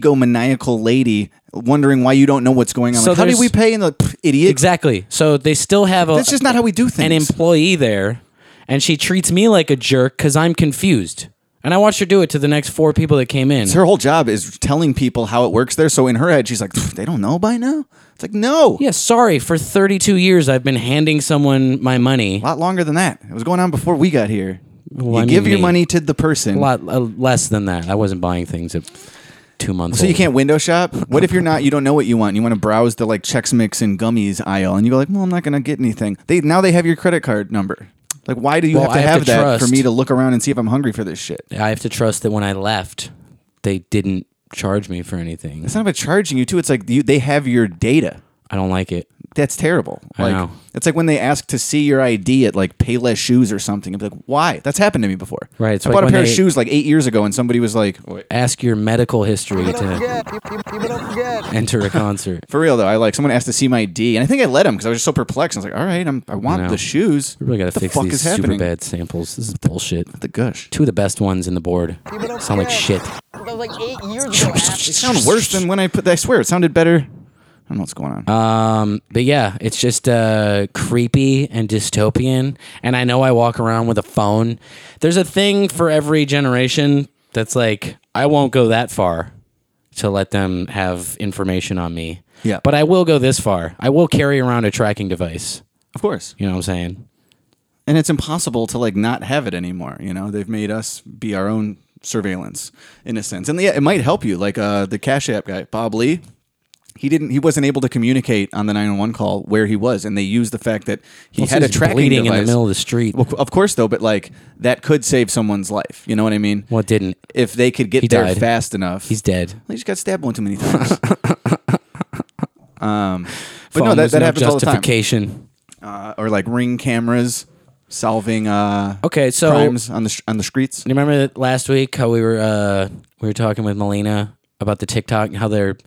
[SPEAKER 4] egomaniacal lady wondering why you don't know what's going on.
[SPEAKER 3] So
[SPEAKER 4] like, how did
[SPEAKER 3] there's-
[SPEAKER 4] we pay? And the like, "Pff, idiot.
[SPEAKER 3] Exactly. So they still have a.
[SPEAKER 4] That's just not how we do things.
[SPEAKER 3] an employee there, and she treats me like a jerk because I'm confused. And I watched her do it to the next four people that came in.
[SPEAKER 4] her whole job is telling people how it works there. So in her head, she's like, "Pff, they don't know by now. It's like, no,
[SPEAKER 3] Yeah, sorry. For 32 years, I've been handing someone my money.
[SPEAKER 4] a lot longer than that. It was going on before we got here. you
[SPEAKER 3] I mean
[SPEAKER 4] give your
[SPEAKER 3] me.
[SPEAKER 4] money to the
[SPEAKER 3] A
[SPEAKER 4] person.
[SPEAKER 3] lot uh, less than that. I wasn't buying things at two months.
[SPEAKER 4] So you
[SPEAKER 3] old.
[SPEAKER 4] can't window shop. What if you're not? You don't know what you want. You want to browse the like Chex Mix and gummies aisle, and you go like, "Well, I'm not gonna get anything." They now they have your credit card number. Like, why do you
[SPEAKER 3] Well,
[SPEAKER 4] have to
[SPEAKER 3] I
[SPEAKER 4] have,
[SPEAKER 3] have to
[SPEAKER 4] that for
[SPEAKER 3] trust.
[SPEAKER 4] me to look around and see if I'm hungry for this shit?
[SPEAKER 3] I have to trust that when I left, they didn't charge me for anything.
[SPEAKER 4] It's not about charging you too. It's like you, they have your data.
[SPEAKER 3] I don't like it.
[SPEAKER 4] That's terrible.
[SPEAKER 3] I
[SPEAKER 4] Like
[SPEAKER 3] know.
[SPEAKER 4] it's like when they ask to see your ID at like Payless Shoes or something. I'm like, why? That's happened to me before.
[SPEAKER 3] Right, it's
[SPEAKER 4] I
[SPEAKER 3] like
[SPEAKER 4] bought a
[SPEAKER 3] when
[SPEAKER 4] pair of
[SPEAKER 3] they-
[SPEAKER 4] shoes like eight years ago, and somebody was like,
[SPEAKER 3] Ask your medical history to enter a concert.
[SPEAKER 4] "For real though, I like someone asked to see my D, and I think I let him because I was just so perplexed. I was like, "All right, I'm, I want
[SPEAKER 3] know.
[SPEAKER 4] the shoes.
[SPEAKER 3] We really got
[SPEAKER 4] What
[SPEAKER 3] to
[SPEAKER 4] the
[SPEAKER 3] fix
[SPEAKER 4] fuck
[SPEAKER 3] these
[SPEAKER 4] is happening?
[SPEAKER 3] super bad samples. This is bullshit.
[SPEAKER 4] The gush.
[SPEAKER 3] Two of the best ones in the board sound like shit.
[SPEAKER 4] They sound worse than when I put. I swear, it sounded better. I don't know what's going on.
[SPEAKER 3] Uh, But yeah, it's just uh, creepy and dystopian. And I know I walk around with a phone. There's a thing for every generation that's like, I won't go that far to let them have information on me.
[SPEAKER 4] Yeah.
[SPEAKER 3] But I will go this far. I will carry around a tracking device.
[SPEAKER 4] of course,
[SPEAKER 3] You know what I'm saying?
[SPEAKER 4] and it's impossible to like not have it anymore. You know, they've made us be our own surveillance in a sense, and yeah, it might help you. Like uh, the Cash App guy, Bob Lee. He didn't. He wasn't able to communicate on the 911 call where he was, and they used the fact that he
[SPEAKER 3] Also,
[SPEAKER 4] had a
[SPEAKER 3] he's
[SPEAKER 4] tracking
[SPEAKER 3] bleeding
[SPEAKER 4] device.
[SPEAKER 3] in the middle of the street.
[SPEAKER 4] Well, of course, though, but like that could save someone's life. You know what I mean?
[SPEAKER 3] Well, it didn't.
[SPEAKER 4] If they could get
[SPEAKER 3] He
[SPEAKER 4] there
[SPEAKER 3] died.
[SPEAKER 4] fast enough,
[SPEAKER 3] He's dead.
[SPEAKER 4] He just got stabbed one too many times. um, but no,
[SPEAKER 3] Phone,
[SPEAKER 4] that,
[SPEAKER 3] there's
[SPEAKER 4] that happens all the time.
[SPEAKER 3] justification.
[SPEAKER 4] Uh, or like ring cameras solving uh,
[SPEAKER 3] Okay, so-
[SPEAKER 4] crimes on the sh- on the streets.
[SPEAKER 3] You remember that last week how we were uh, we were talking with Melina about the TikTok and how they're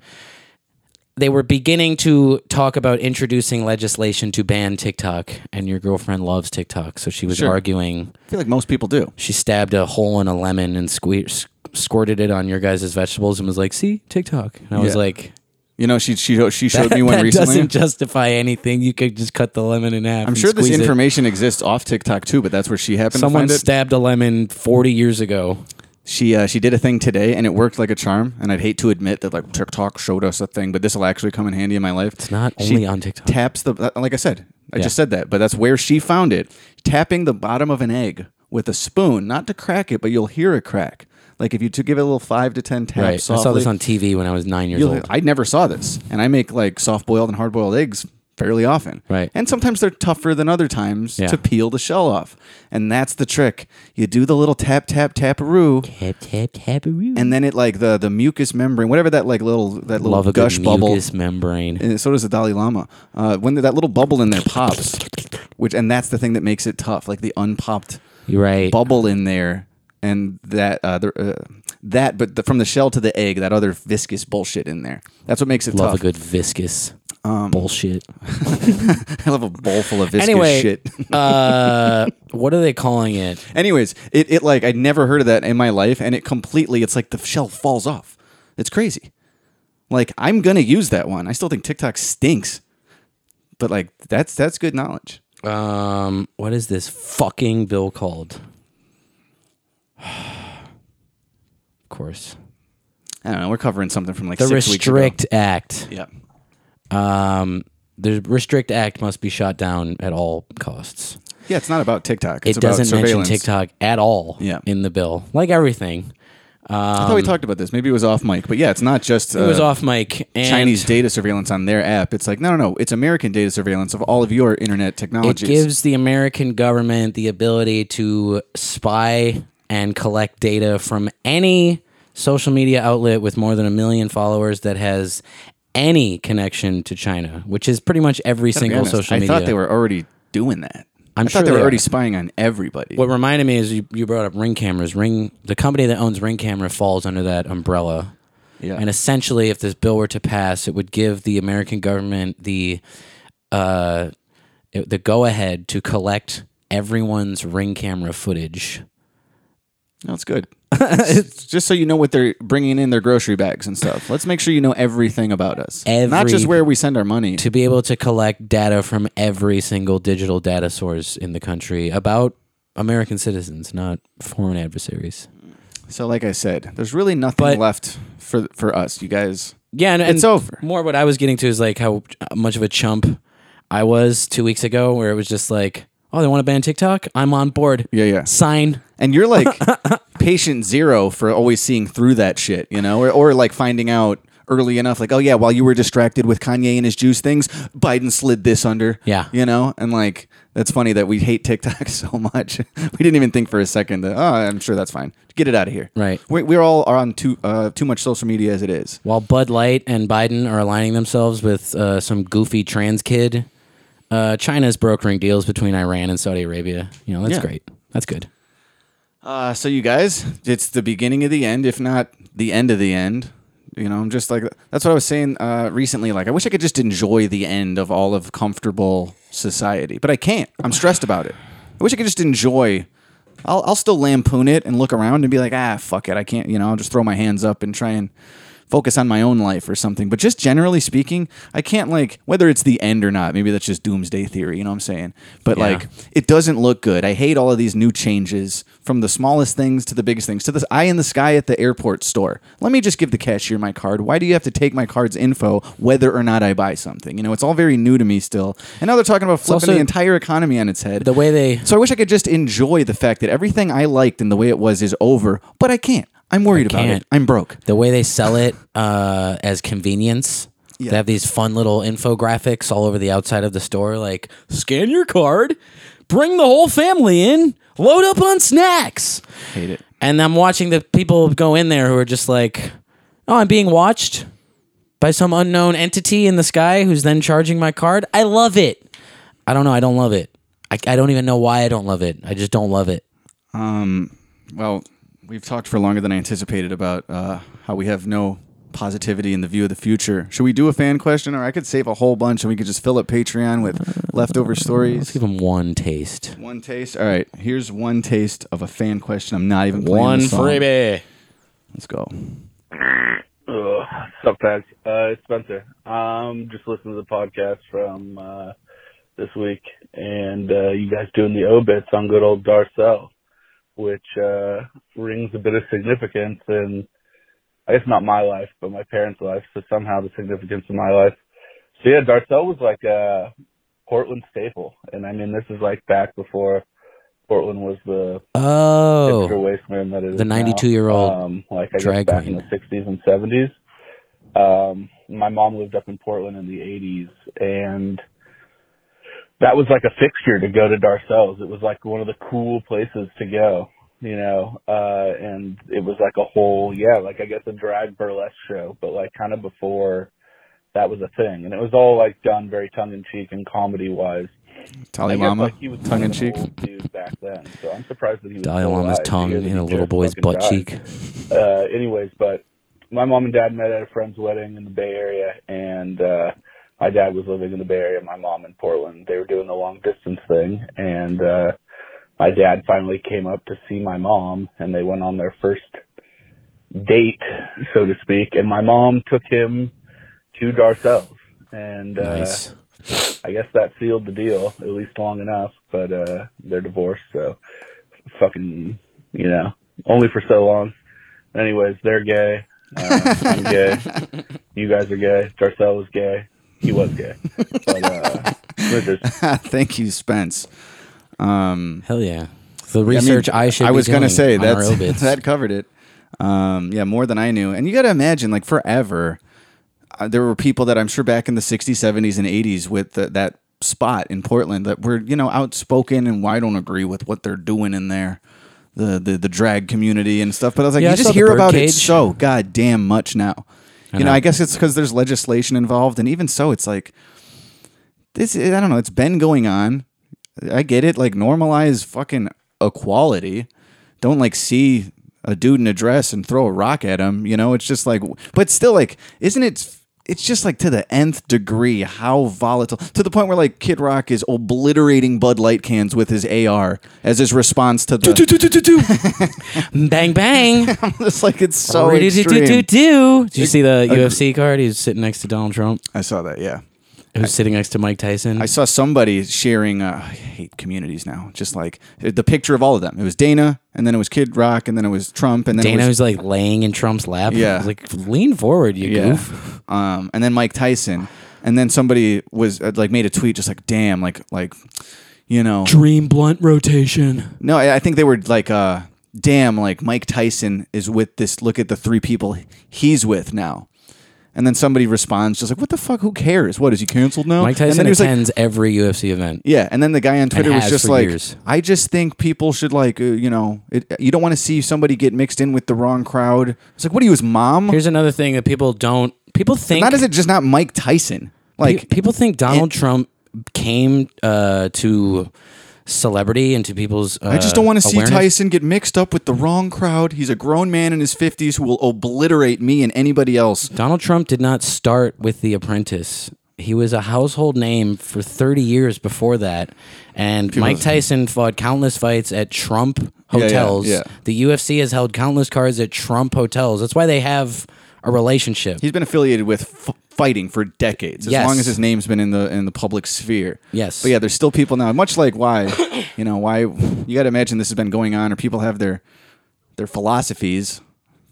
[SPEAKER 3] they were beginning to talk about introducing legislation to ban TikTok, and your girlfriend loves TikTok, so she was
[SPEAKER 4] Sure.
[SPEAKER 3] arguing.
[SPEAKER 4] I feel like most people do.
[SPEAKER 3] She stabbed a hole in a lemon and sque- s- squirted it on your guys' vegetables and was like, "See TikTok," and I was
[SPEAKER 4] Yeah.
[SPEAKER 3] like,
[SPEAKER 4] You know, she she she showed me one
[SPEAKER 3] "That
[SPEAKER 4] recently.
[SPEAKER 3] doesn't justify anything. You could just cut the lemon in half."
[SPEAKER 4] I'm
[SPEAKER 3] and
[SPEAKER 4] sure this
[SPEAKER 3] squeeze it."
[SPEAKER 4] information exists off TikTok too, but that's where she happened
[SPEAKER 3] Someone
[SPEAKER 4] to find it.
[SPEAKER 3] stabbed a lemon 40 years ago.
[SPEAKER 4] She uh, she did a thing today, and it worked like a charm. And I'd hate to admit that like TikTok showed us a thing, but this will actually come in handy in my life. It's
[SPEAKER 3] not only on TikTok.
[SPEAKER 4] Taps the uh, like I said, I
[SPEAKER 3] Yeah.
[SPEAKER 4] just said that, but that's where she found it. Tapping the bottom of an egg with a spoon, not to crack it, but you'll hear a crack. Like if you to give it a little five to ten taps.
[SPEAKER 3] Right. I saw
[SPEAKER 4] softly,
[SPEAKER 3] this on TV when I was nine years
[SPEAKER 4] you'll-
[SPEAKER 3] old.
[SPEAKER 4] I never saw this, and I make like soft boiled and hard boiled eggs fairly often.
[SPEAKER 3] Right.
[SPEAKER 4] And sometimes they're tougher than other times
[SPEAKER 3] Yeah.
[SPEAKER 4] to peel the shell off, and that's the trick. You do the little tap tap taparoo
[SPEAKER 3] Tap tap tap.
[SPEAKER 4] and then it like the the mucous membrane, whatever that like little that little
[SPEAKER 3] love a
[SPEAKER 4] gush
[SPEAKER 3] good
[SPEAKER 4] bubble.
[SPEAKER 3] mucus membrane.
[SPEAKER 4] And so does the Dalai Lama. Uh, when that little bubble in there pops, which and that's the thing that makes it tough, like the unpopped
[SPEAKER 3] You're right.
[SPEAKER 4] bubble in there, and that uh, the, uh, that but the, from the shell to the egg, that other viscous bullshit in there. That's what makes it
[SPEAKER 3] love
[SPEAKER 4] tough.
[SPEAKER 3] a good viscous bullshit.
[SPEAKER 4] I love a bowl full of Um, viscous
[SPEAKER 3] Anyway,
[SPEAKER 4] shit.
[SPEAKER 3] uh, what are they calling it?
[SPEAKER 4] Anyways, it, it like I'd never heard of that in my life, and it completely it's like the shell falls off. It's crazy. Like I'm gonna use that one. I still think TikTok stinks, but like that's that's good knowledge.
[SPEAKER 3] Um, what is this fucking bill called? of course,
[SPEAKER 4] I don't know. We're covering something from like
[SPEAKER 3] the
[SPEAKER 4] six
[SPEAKER 3] Restrict Act.
[SPEAKER 4] Weeks ago. Yeah,
[SPEAKER 3] Um, the Restrict Act must be shot down at all costs.
[SPEAKER 4] Yeah, it's not about TikTok. It's
[SPEAKER 3] it
[SPEAKER 4] about
[SPEAKER 3] doesn't mention
[SPEAKER 4] surveillance.
[SPEAKER 3] TikTok at all
[SPEAKER 4] Yeah.
[SPEAKER 3] in the bill, like everything. Um,
[SPEAKER 4] I thought we talked about this. Maybe it was off mic, but yeah, it's not just
[SPEAKER 3] It was off mic. And
[SPEAKER 4] Uh, Chinese data surveillance on their app. It's like no, no, no. It's American data surveillance of all of your internet
[SPEAKER 3] It
[SPEAKER 4] technologies.
[SPEAKER 3] gives the American government the ability to spy and collect data from any social media outlet with more than a million followers that has any connection to China, which is pretty much every
[SPEAKER 4] Gotta be
[SPEAKER 3] single
[SPEAKER 4] honest,
[SPEAKER 3] social media.
[SPEAKER 4] I thought they were already doing that.
[SPEAKER 3] I'm
[SPEAKER 4] I thought
[SPEAKER 3] sure
[SPEAKER 4] they were
[SPEAKER 3] they
[SPEAKER 4] already
[SPEAKER 3] are.
[SPEAKER 4] spying on everybody.
[SPEAKER 3] What reminded me is you, you brought up Ring cameras. Ring the company that owns Ring Camera falls under that umbrella.
[SPEAKER 4] Yeah.
[SPEAKER 3] And essentially, if this bill were to pass, it would give the American government the uh, it- the go ahead to collect everyone's Ring camera footage.
[SPEAKER 4] No, it's good. It's just so you know what they're bringing in their grocery bags and stuff. Let's make sure you know everything about us, not
[SPEAKER 3] Every-
[SPEAKER 4] just where we send our money.
[SPEAKER 3] to be able to collect data from every single digital data source in the country about American citizens, not foreign adversaries.
[SPEAKER 4] So, like I said, there's really nothing
[SPEAKER 3] But-
[SPEAKER 4] left for for us, you guys.
[SPEAKER 3] Yeah, and, and
[SPEAKER 4] It's over.
[SPEAKER 3] More what I was getting to is like how much of a chump I was two weeks ago, where it was just like, oh, they want to ban TikTok. I'm on board.
[SPEAKER 4] Yeah, yeah.
[SPEAKER 3] Sign.
[SPEAKER 4] And you're like patient zero for always seeing through that shit, you know, or, or like finding out early enough, like, oh yeah, while you were distracted with Kanye and his juice things, Biden slid this under.
[SPEAKER 3] Yeah.
[SPEAKER 4] You know, and like, that's funny that we hate TikTok so much. we didn't even think for a second that, oh, I'm sure that's fine. Get it out of here.
[SPEAKER 3] Right.
[SPEAKER 4] We, we're all are on too, uh, too much social media as it is.
[SPEAKER 3] While Bud Light and Biden are aligning themselves with uh, some goofy trans kid, uh, China's brokering deals between Iran and Saudi Arabia. You know, that's
[SPEAKER 4] Yeah.
[SPEAKER 3] great. That's good.
[SPEAKER 4] Uh, so you guys, it's the beginning of the end, if not the end of the end. You know, I'm just like that's what I was saying uh, recently. Like, I wish I could just enjoy the end of all of comfortable society, but I can't. I'm stressed about it. I wish I could just enjoy. I'll I'll still lampoon it and look around and be like, ah, fuck it, I can't. You know, I'll just throw my hands up and try and focus on my own life or something. But just generally speaking, I can't like whether it's the end or not. Maybe that's just doomsday theory. You know what I'm saying? But
[SPEAKER 3] Yeah.
[SPEAKER 4] like, it doesn't look good. I hate all of these new changes from the smallest things to the biggest things to this eye in the sky at the airport store. Let me just give the cashier my card. Why do you have to take my card's info whether or not I buy something? You know, it's all very new to me still. And now they're talking about flipping
[SPEAKER 3] also-
[SPEAKER 4] the entire economy on its head.
[SPEAKER 3] The way they
[SPEAKER 4] so I wish I could just enjoy the fact that everything I liked and the way it was is over, but I can't. I'm worried about
[SPEAKER 3] can't.
[SPEAKER 4] it. I'm broke.
[SPEAKER 3] the way they sell it uh, as convenience.
[SPEAKER 4] Yeah.
[SPEAKER 3] They have these fun little infographics all over the outside of the store, like scan your card, bring the whole family in, load up on snacks.
[SPEAKER 4] Hate it.
[SPEAKER 3] And I'm watching the people go in there who are just like, "Oh, I'm being watched by some unknown entity in the sky who's then charging my card." I love it. I don't know. I don't love it. I, I don't even know why I don't love it. I just don't love it.
[SPEAKER 4] Well, we've talked for longer than I anticipated about uh, how we have no positivity in the view of the future. Should we do a fan question, or I could save a whole bunch and we could just fill up Patreon with leftover stories?
[SPEAKER 3] Give them one taste.
[SPEAKER 4] One taste. All right, here's one taste of a fan question. I'm not even playing the song. Let's go.
[SPEAKER 12] Ugh, suck bags. Uh, it's Spencer. Um, just listened to the podcast from uh, this week, and uh, you guys doing the obits on good old Darcel, which uh, rings a bit of significance in, I guess not my life, but my parents' life. So somehow the significance of my life. So yeah, Darcel was like a Portland staple, and I mean this is like back before Portland was the hipster
[SPEAKER 3] Oh,
[SPEAKER 12] wasteland that it is
[SPEAKER 3] the
[SPEAKER 12] now.
[SPEAKER 3] 92-year-old
[SPEAKER 12] um, like I guess
[SPEAKER 3] drag
[SPEAKER 12] back in
[SPEAKER 3] queen.
[SPEAKER 12] the sixties and seventies. Um, my mom lived up in Portland in the eighties, and that was like a fixture to go to Darcel's. It was like one of the cool places to go, you know. Uh, and it was like a whole, yeah, like I guess a drag burlesque show, but like kind of before that was a thing, and it was all like done very tongue in cheek and comedy wise.
[SPEAKER 4] Tali
[SPEAKER 12] I guess,
[SPEAKER 4] Mama,
[SPEAKER 12] like, he was one of
[SPEAKER 4] tongue in
[SPEAKER 12] the
[SPEAKER 4] cheek.
[SPEAKER 12] old dudes Back then, so I'm surprised that he was.
[SPEAKER 3] Dalai
[SPEAKER 12] still
[SPEAKER 3] Lama's
[SPEAKER 12] alive
[SPEAKER 3] tongue
[SPEAKER 12] because
[SPEAKER 3] in
[SPEAKER 12] he
[SPEAKER 3] a little
[SPEAKER 12] just
[SPEAKER 3] boy's
[SPEAKER 12] fucking
[SPEAKER 3] butt
[SPEAKER 12] died.
[SPEAKER 3] cheek.
[SPEAKER 12] Uh, anyways, but my mom and dad met at a friend's wedding in the Bay Area, and uh, my dad was living in the Bay Area, my mom in Portland. They were doing the long distance thing, and uh, my dad finally came up to see my mom, and they went on their first date, so to speak. And my mom took him to Darcel's, and uh,
[SPEAKER 3] Nice.
[SPEAKER 12] I guess that sealed the deal, at least long enough. But uh they're divorced, so fucking, you know, only for so long. Anyways, they're gay. Uh, I'm gay. You guys are gay. Darcel was gay. He was gay. But uh, we're just
[SPEAKER 4] Thank you, Spence. Um,
[SPEAKER 3] Hell yeah. The research I should
[SPEAKER 4] I
[SPEAKER 3] be
[SPEAKER 4] was gonna
[SPEAKER 3] doing
[SPEAKER 4] say
[SPEAKER 3] on our
[SPEAKER 4] that
[SPEAKER 3] obits.
[SPEAKER 4] that covered it. Um, yeah, more than I knew. And you got to imagine, like forever, uh, there were people that I'm sure back in the '60s, '70s, and '80s with the, that spot in Portland that were you know outspoken and I don't agree with what they're doing in there, the the, the drag community and stuff. But I was like,
[SPEAKER 3] Yeah, I
[SPEAKER 4] you
[SPEAKER 3] saw
[SPEAKER 4] just
[SPEAKER 3] the
[SPEAKER 4] hear about it
[SPEAKER 3] Birdcage.
[SPEAKER 4] so goddamn much now.
[SPEAKER 3] I
[SPEAKER 4] you know,
[SPEAKER 3] know.
[SPEAKER 4] I guess it's because there's legislation involved, and even so, it's like this i don't know it's been going on i get it like normalize fucking equality don't like see a dude in a dress and throw a rock at him you know it's just like but still like isn't it it's just like to the nth degree how volatile to the point where like kid rock is obliterating bud light cans with his ar as his response to the
[SPEAKER 3] bang bang.
[SPEAKER 4] I'm just like it's so
[SPEAKER 3] do, do, do, do,
[SPEAKER 4] extreme.
[SPEAKER 3] do. Did you see the
[SPEAKER 4] Ag-
[SPEAKER 3] UFC card? He was sitting next to Donald Trump.
[SPEAKER 4] I saw that, yeah.
[SPEAKER 3] Who's sitting next to Mike Tyson?
[SPEAKER 4] I saw somebody sharing. Uh, I hate communities now. Just like the picture of all of them. It was Dana, and then it was Kid Rock, and then it was Trump, and then
[SPEAKER 3] Dana
[SPEAKER 4] it
[SPEAKER 3] was
[SPEAKER 4] was,
[SPEAKER 3] like laying in Trump's lap.
[SPEAKER 4] Yeah.
[SPEAKER 3] I was like lean forward, you
[SPEAKER 4] yeah,
[SPEAKER 3] goof.
[SPEAKER 4] um, and then Mike Tyson, and then somebody was uh, like made a tweet just like, "Damn, like like, you know,
[SPEAKER 6] Dream blunt rotation.
[SPEAKER 4] no." I, I think they were like, uh, "Damn, like Mike Tyson is with this. Look at the three people he's with now." And then somebody responds, just like, "What the fuck? Who cares? What is he canceled now?"
[SPEAKER 3] Mike
[SPEAKER 4] and
[SPEAKER 3] Tyson
[SPEAKER 4] then he was like,
[SPEAKER 3] attends every UFC event.
[SPEAKER 4] Yeah, and then the guy on Twitter was
[SPEAKER 3] has
[SPEAKER 4] just
[SPEAKER 3] for
[SPEAKER 4] like,
[SPEAKER 3] years.
[SPEAKER 4] "I just think people should like, uh, you know, it, you don't want to see somebody get mixed in with the wrong crowd." It's like, "What are you, his mom?"
[SPEAKER 3] Here's another thing that people don't. People think
[SPEAKER 4] Not is it just not Mike Tyson?
[SPEAKER 3] like
[SPEAKER 4] Like,
[SPEAKER 3] people think Donald Trump came uh, to celebrity and to people's. Uh,
[SPEAKER 4] I just don't want to see
[SPEAKER 3] awareness.
[SPEAKER 4] Tyson get mixed up with the wrong crowd. He's a grown man in his fifties who will obliterate me and anybody else.
[SPEAKER 3] Donald Trump did not start with The Apprentice. He was a household name for 30 years before that. And
[SPEAKER 4] People-
[SPEAKER 3] Mike Tyson fought countless fights at Trump
[SPEAKER 4] Yeah, yeah,
[SPEAKER 3] hotels.
[SPEAKER 4] yeah.
[SPEAKER 3] The UFC has held countless cards at Trump hotels. That's why they have a relationship.
[SPEAKER 4] He's been affiliated with f- fighting for decades, as
[SPEAKER 3] Yes.
[SPEAKER 4] long as his name's been in the in the public sphere.
[SPEAKER 3] Yes.
[SPEAKER 4] But yeah, there's still people now. Much like why, you know, why you got to imagine this has been going on, or people have their their philosophies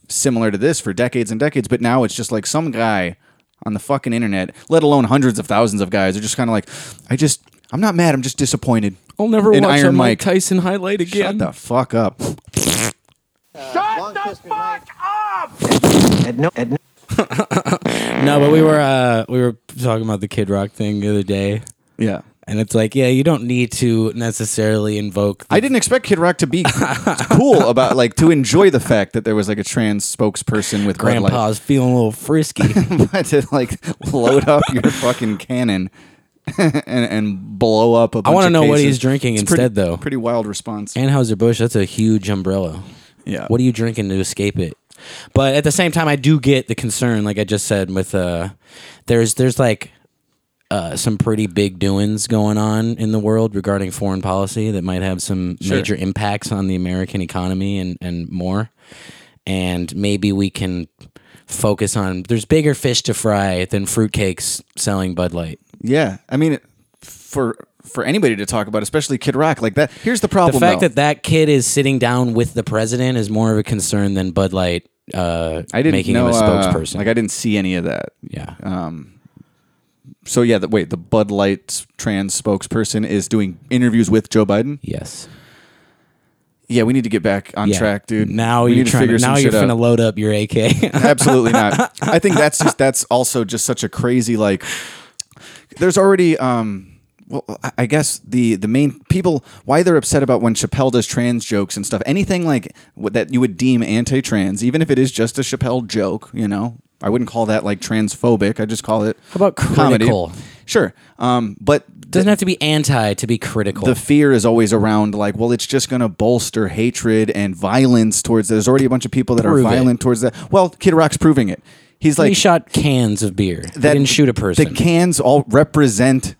[SPEAKER 4] similar to this for decades and decades. But now it's just like some guy on the fucking internet, let alone hundreds of thousands of guys, are just kind of like, I just, I'm not mad, I'm just disappointed.
[SPEAKER 6] I'll never
[SPEAKER 4] in
[SPEAKER 6] watch
[SPEAKER 4] Iron
[SPEAKER 6] a Mike
[SPEAKER 4] Mike.
[SPEAKER 6] Tyson highlight again.
[SPEAKER 4] Shut the fuck up.
[SPEAKER 2] Shut the fuck up!
[SPEAKER 3] No, but we were uh, we were talking about the Kid Rock thing the other day,
[SPEAKER 4] Yeah.
[SPEAKER 3] and it's like, yeah, you don't need to necessarily invoke. The,
[SPEAKER 4] I didn't expect Kid Rock to be cool about like to enjoy the fact that there was like a trans spokesperson with Bud Light.
[SPEAKER 3] Grandpa's feeling a little frisky.
[SPEAKER 4] but to like load up your fucking cannon and, and blow up a bunch
[SPEAKER 3] wanna
[SPEAKER 4] of
[SPEAKER 3] know what
[SPEAKER 4] cases.
[SPEAKER 3] he's drinking
[SPEAKER 4] It's pretty-
[SPEAKER 3] instead, though.
[SPEAKER 4] Pretty wild response.
[SPEAKER 3] Anheuser Busch, that's a huge umbrella.
[SPEAKER 4] Yeah.
[SPEAKER 3] What are you drinking to escape it? But at the same time, I do get the concern, like I just said, with uh, there's there's like uh, some pretty big doings going on in the world regarding foreign policy that might have some major impacts on the American economy and and more. And maybe we can focus on there's bigger fish to fry than fruitcakes selling Bud Light.
[SPEAKER 4] yeah. I mean, for for anybody to talk about, especially Kid Rock, like that. Here's the problem.
[SPEAKER 3] the fact
[SPEAKER 4] though.
[SPEAKER 3] that that kid is sitting down with the president is more of a concern than Bud Light uh,
[SPEAKER 4] I didn't
[SPEAKER 3] making
[SPEAKER 4] know,
[SPEAKER 3] him a
[SPEAKER 4] uh,
[SPEAKER 3] spokesperson.
[SPEAKER 4] like I didn't see any of that.
[SPEAKER 3] yeah,
[SPEAKER 4] Uh, So yeah, the, wait, the Bud Light trans spokesperson is doing interviews with Joe Biden.
[SPEAKER 3] yes.
[SPEAKER 4] Yeah, we need to get back on
[SPEAKER 3] Yeah.
[SPEAKER 4] track, dude.
[SPEAKER 3] Now
[SPEAKER 4] we
[SPEAKER 3] you're
[SPEAKER 4] need to
[SPEAKER 3] trying. To,
[SPEAKER 4] figure some
[SPEAKER 3] now you're
[SPEAKER 4] shit out.
[SPEAKER 3] gonna load up your AK.
[SPEAKER 4] Absolutely not. I think that's just that's also just such a crazy like. There's already um. Well, I- I guess the the main people why they're upset about when Chappelle does trans jokes and stuff. Anything like what- that you would deem anti-trans, even if it is just a Chappelle joke, you know. I wouldn't call that like transphobic. I just call it
[SPEAKER 3] How about critical?
[SPEAKER 4] comedy. Sure, um, but
[SPEAKER 3] Doesn't have to be anti to be critical.
[SPEAKER 4] the fear is always around like well it's just going to bolster hatred and violence towards there's already a bunch of people that
[SPEAKER 3] Prove
[SPEAKER 4] are
[SPEAKER 3] it.
[SPEAKER 4] violent towards that well kid rock's proving it he's like
[SPEAKER 3] he shot cans of beer. He
[SPEAKER 4] that
[SPEAKER 3] didn't shoot a person.
[SPEAKER 4] the cans all represent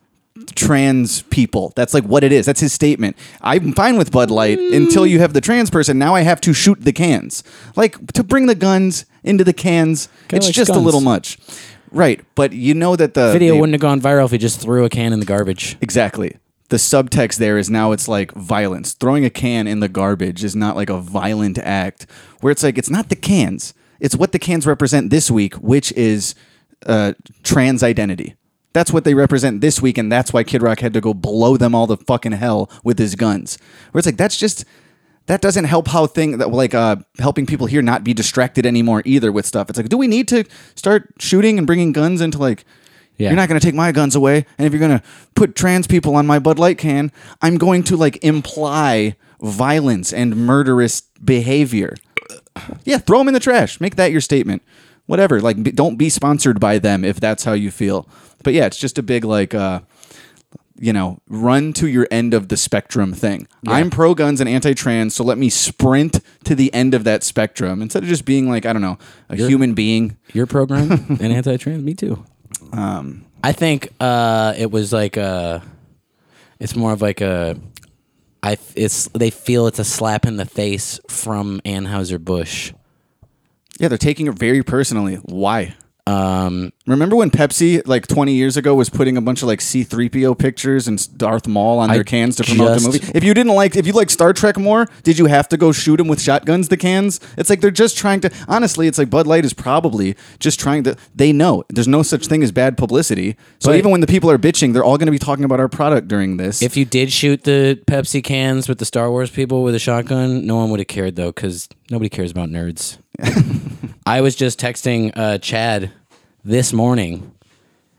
[SPEAKER 4] trans people that's like what it is that's his statement i'm fine with bud light
[SPEAKER 3] Mm.
[SPEAKER 4] until you have the trans person now i have to shoot the cans like to bring the guns into the cans it's
[SPEAKER 3] likes
[SPEAKER 4] just a
[SPEAKER 3] guns.
[SPEAKER 4] little much right but you know that the
[SPEAKER 3] video
[SPEAKER 4] the-
[SPEAKER 3] wouldn't have gone viral if he just threw a can in the garbage.
[SPEAKER 4] Exactly. The subtext there is now it's like violence. Throwing a can in the garbage is not like a violent act where it's like it's not the cans. It's what the cans represent this week, which is uh, trans identity. That's what they represent this week, and that's why Kid Rock had to go blow them all the fucking hell with his guns. Where it's like that's just that doesn't help how thing that like uh helping people here not be distracted anymore either with stuff. It's like, do we need to start shooting and bringing guns into like?
[SPEAKER 3] Yeah.
[SPEAKER 4] You're not going to take my guns away, and if you're going to put trans people on my Bud Light can, I'm going to like imply violence and murderous behavior. Yeah, throw them in the trash. Make that your statement. Whatever. Like, be, don't be sponsored by them if that's how you feel. But yeah, it's just a big like, uh, you know, run to your end of the spectrum thing. I'm pro guns and anti trans, so let me sprint to the end of that spectrum instead of just being like, I don't know, a human being.
[SPEAKER 3] Your program and anti trans, me too.
[SPEAKER 4] Um,
[SPEAKER 3] I think uh, it was like a. It's more of like a. I it's they feel it's a slap in the face from Anheuser Busch.
[SPEAKER 4] Yeah, they're taking it very personally. Why? Um, Remember when Pepsi, like 20 years ago, was putting a bunch of like C3PO pictures and Darth Maul on
[SPEAKER 3] I
[SPEAKER 4] their cans to promote
[SPEAKER 3] just-
[SPEAKER 4] the movie? If you didn't like, if you like Star Trek more, did you have to go shoot them with shotguns, the cans? It's like they're just trying to, honestly, it's like Bud Light is probably just trying to, they know there's no such thing as bad publicity. So
[SPEAKER 3] But-
[SPEAKER 4] even when the people are bitching, they're all going to be talking about our product during this.
[SPEAKER 3] If you did shoot the Pepsi cans with the Star Wars people with a shotgun, no one would have cared though, because nobody cares about nerds. I was just texting uh, Chad this morning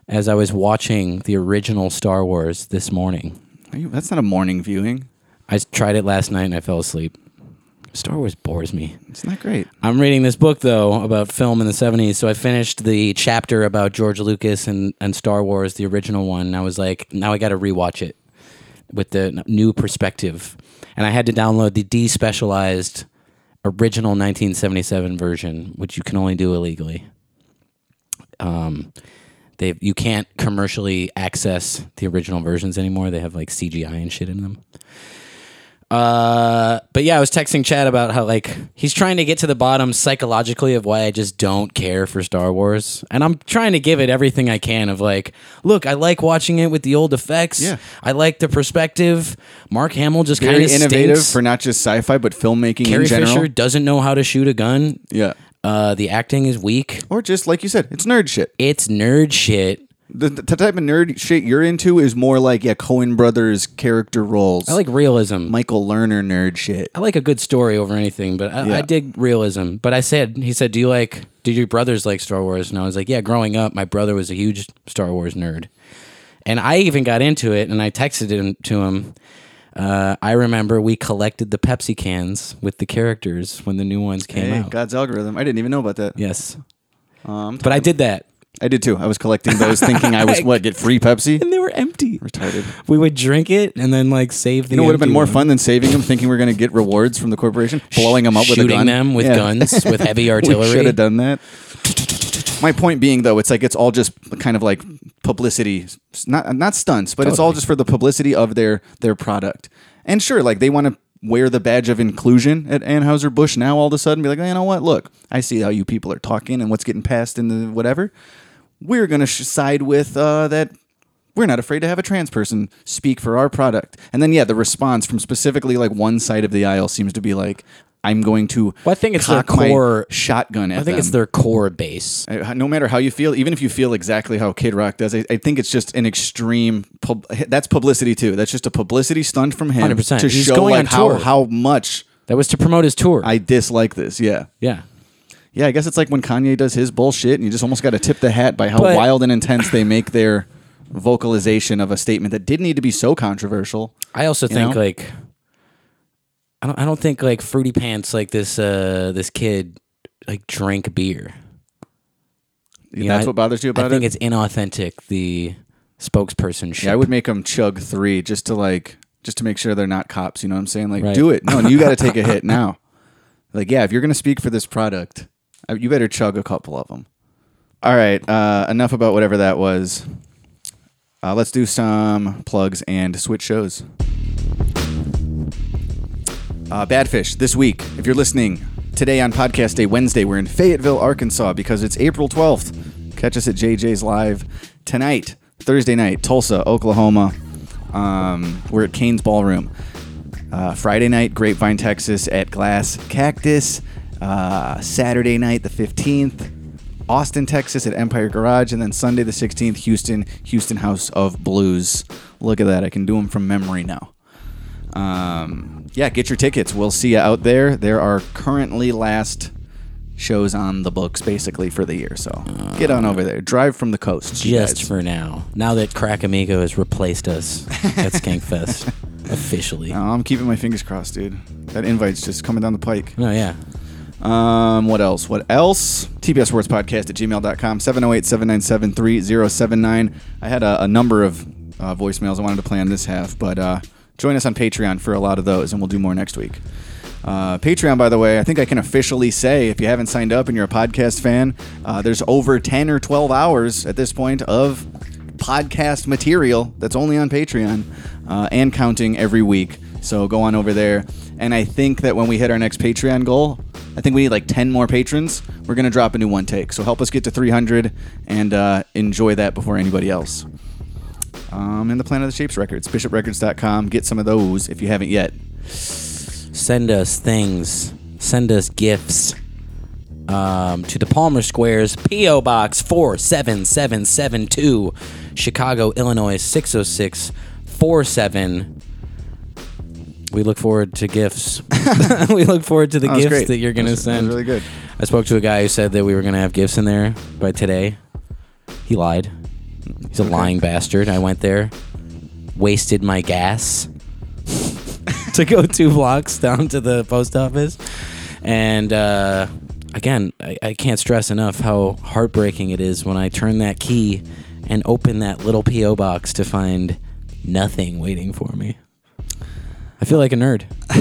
[SPEAKER 3] as I was watching the original Star Wars this morning.
[SPEAKER 4] Are you- that's not a morning viewing.
[SPEAKER 3] I s- tried it last night and I fell asleep. Star Wars bores me.
[SPEAKER 4] It's not great.
[SPEAKER 3] I'm reading this book though about film in the 70s. So I finished the chapter about George Lucas and, and Star Wars, the original one. And I was like, now I got to rewatch it with the n- new perspective. And I had to download the despecialized original 1977 version, which you can only do illegally. Um, they you can't commercially access the original versions anymore. They have like CGI and shit in them. Uh, but yeah, I was texting Chad about how like he's trying to get to the bottom psychologically of why I just don't care for Star Wars, and I'm trying to give it everything I can. Of like, look, I like watching it with the old effects.
[SPEAKER 4] Yeah.
[SPEAKER 3] I like the perspective. Mark Hamill just kind
[SPEAKER 4] Very
[SPEAKER 3] of
[SPEAKER 4] innovative
[SPEAKER 3] stinks.
[SPEAKER 4] for not just sci fi, but filmmaking
[SPEAKER 3] Carrie
[SPEAKER 4] in general.
[SPEAKER 3] Fisher doesn't know how to shoot a gun.
[SPEAKER 4] Yeah.
[SPEAKER 3] Uh, the acting is weak.
[SPEAKER 4] Or just like you said, it's nerd shit.
[SPEAKER 3] It's nerd shit.
[SPEAKER 4] The, the type of nerd shit you're into is more like yeah, Cohen Brothers character roles.
[SPEAKER 3] I like realism.
[SPEAKER 4] Michael Lerner nerd shit.
[SPEAKER 3] I like a good story over anything, but I, I
[SPEAKER 4] Yeah.
[SPEAKER 3] dig realism. But I said, he said, "Do you like? Did your brothers like Star Wars?" And I was like, "Yeah." Growing up, my brother was a huge Star Wars nerd, and I even got into it. And I texted him to him. Uh, I remember we collected the Pepsi cans with the characters when the new ones came
[SPEAKER 4] Hey,
[SPEAKER 3] out.
[SPEAKER 4] God's algorithm. I didn't even know about that.
[SPEAKER 3] Yes,
[SPEAKER 4] Um,
[SPEAKER 3] but I did that,
[SPEAKER 4] I did too. I was collecting those, thinking I was what get free Pepsi.
[SPEAKER 3] and they were empty.
[SPEAKER 4] Retarded.
[SPEAKER 3] We would drink it and then like save the.
[SPEAKER 4] You know, would have been
[SPEAKER 3] empty
[SPEAKER 4] more
[SPEAKER 3] one.
[SPEAKER 4] fun than saving them, thinking we're going to get rewards from the corporation, blowing them up with a
[SPEAKER 3] shooting
[SPEAKER 4] gun,
[SPEAKER 3] them with guns, with heavy
[SPEAKER 4] we
[SPEAKER 3] artillery.
[SPEAKER 4] should have done that. My point being, though, it's like it's all just kind of like publicity, not not stunts, but it's all just for the publicity of their their product. And sure, like they want to wear the badge of inclusion at Anheuser Busch now. All of a sudden, be like, you know what? Look, I see how you people are talking and what's getting passed in the whatever. We're gonna sh- side with uh, that we're not afraid to have a trans person speak for our product. And then yeah, the response from specifically like one side of the aisle seems to be like, I'm going to
[SPEAKER 3] Well, I think it's their
[SPEAKER 4] cock my
[SPEAKER 3] core-
[SPEAKER 4] shotgun at
[SPEAKER 3] I think it's
[SPEAKER 4] them.
[SPEAKER 3] their core base.
[SPEAKER 4] I- no matter how you feel, even if you feel exactly how Kid Rock does, I, I think it's just an extreme. Pub- that's publicity too. That's just a publicity stunt from him
[SPEAKER 3] 100%.
[SPEAKER 4] to
[SPEAKER 3] He's
[SPEAKER 4] show
[SPEAKER 3] going
[SPEAKER 4] like
[SPEAKER 3] on
[SPEAKER 4] how
[SPEAKER 3] tour.
[SPEAKER 4] how much
[SPEAKER 3] That was to promote his tour.
[SPEAKER 4] I dislike this. Yeah,
[SPEAKER 3] yeah.
[SPEAKER 4] yeah. I guess it's like when Kanye does his bullshit, and you just almost got to tip the hat by how
[SPEAKER 3] But-
[SPEAKER 4] wild and intense they make their vocalization of a statement that didn't need to be so controversial.
[SPEAKER 3] I also
[SPEAKER 4] You
[SPEAKER 3] think
[SPEAKER 4] know?
[SPEAKER 3] like I don't I don't think like fruity pants like this uh this kid like drank beer. You know,
[SPEAKER 4] That's
[SPEAKER 3] I-
[SPEAKER 4] what bothers you about
[SPEAKER 3] I think
[SPEAKER 4] it?
[SPEAKER 3] it's inauthentic the spokesperson shit.
[SPEAKER 4] Yeah, I would make them chug three just to like just to make sure they're not cops. You know what I'm saying? Like,
[SPEAKER 3] Right.
[SPEAKER 4] do it. No, you got to take a hit now. Like, yeah, if you're gonna speak for this product, uh, you better chug a couple of them. All right, uh, enough about whatever that was. Uh, let's do some plugs and switch shows. Uh, Badfish, this week, if you're listening today on Podcast Day, Wednesday, we're in Fayetteville, Arkansas because it's April 12th. Catch us at JJ's Live tonight, Thursday night, Tulsa, Oklahoma. Um, we're at Kane's Ballroom. Uh, Friday night, Grapevine, Texas at Glass Cactus. Uh, Saturday night, the 15th, Austin, Texas at Empire Garage, and then Sunday the 16th, Houston, Houston House of Blues. Look at that. I can do them from memory now. Um, yeah, get your tickets. We'll see you out there. There are currently last shows on the books basically for the year. So get on over there. Drive from the coast. you
[SPEAKER 3] Just
[SPEAKER 4] guys.
[SPEAKER 3] for now. Now that Crack Amigo has replaced us at Skankfest officially.
[SPEAKER 4] No, I'm keeping my fingers crossed, dude. That invite's just coming down the pike.
[SPEAKER 3] No, yeah.
[SPEAKER 4] Um, what else? What else? TBS Words Podcast at gmail.com, 708 797 3079. I had a, a number of uh, voicemails I wanted to play on this half, but uh, join us on Patreon for a lot of those, and we'll do more next week. Uh, Patreon, by the way, I think I can officially say if you haven't signed up and you're a podcast fan, uh, there's over 10 or 12 hours at this point of podcast material that's only on Patreon uh, and counting every week. So go on over there. And I think that when we hit our next Patreon goal, I think we need like 10 more patrons. We're going to drop a new one take. So help us get to 300 and uh, enjoy that before anybody else. Um, and the Planet of the Shapes records, bishoprecords.com. Get some of those if you haven't yet. Oh,
[SPEAKER 3] Send us things. Send us gifts. Um, to the Palmer Squares, P.O. Box 47772, Chicago, Illinois 60647. We look forward to gifts. we look forward to the
[SPEAKER 4] That was
[SPEAKER 3] gifts
[SPEAKER 4] great.
[SPEAKER 3] that you're going
[SPEAKER 4] That
[SPEAKER 3] to
[SPEAKER 4] was- that was
[SPEAKER 3] send.
[SPEAKER 4] really good.
[SPEAKER 3] I spoke to a guy who said that we were going to have gifts in there by today. He lied. He's a lying bastard. I went there, wasted my gas to go two blocks down to the post office. And uh, again, I, I can't stress enough how heartbreaking it is when I turn that key and open that little P.O. box to find nothing waiting for me. I feel like a nerd.
[SPEAKER 4] I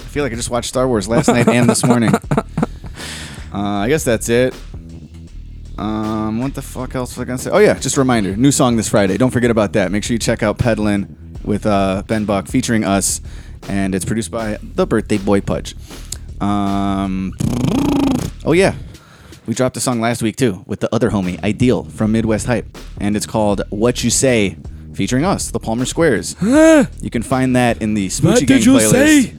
[SPEAKER 4] feel like I just watched Star Wars last night and this morning. Uh, I guess that's it. Um, what the fuck else was I gonna say? Oh yeah, just a reminder. New song this Friday. Don't forget about that. Make sure you check out Pedlin with uh, Ben Buck featuring us, and it's produced by the Birthday Boy Pudge. Um, oh yeah, we dropped a song last week too with the other homie Ideal from Midwest Hype, and it's called "What You Say," featuring us, the Palmer Squares. you can find that in the Smoochie Gang playlist.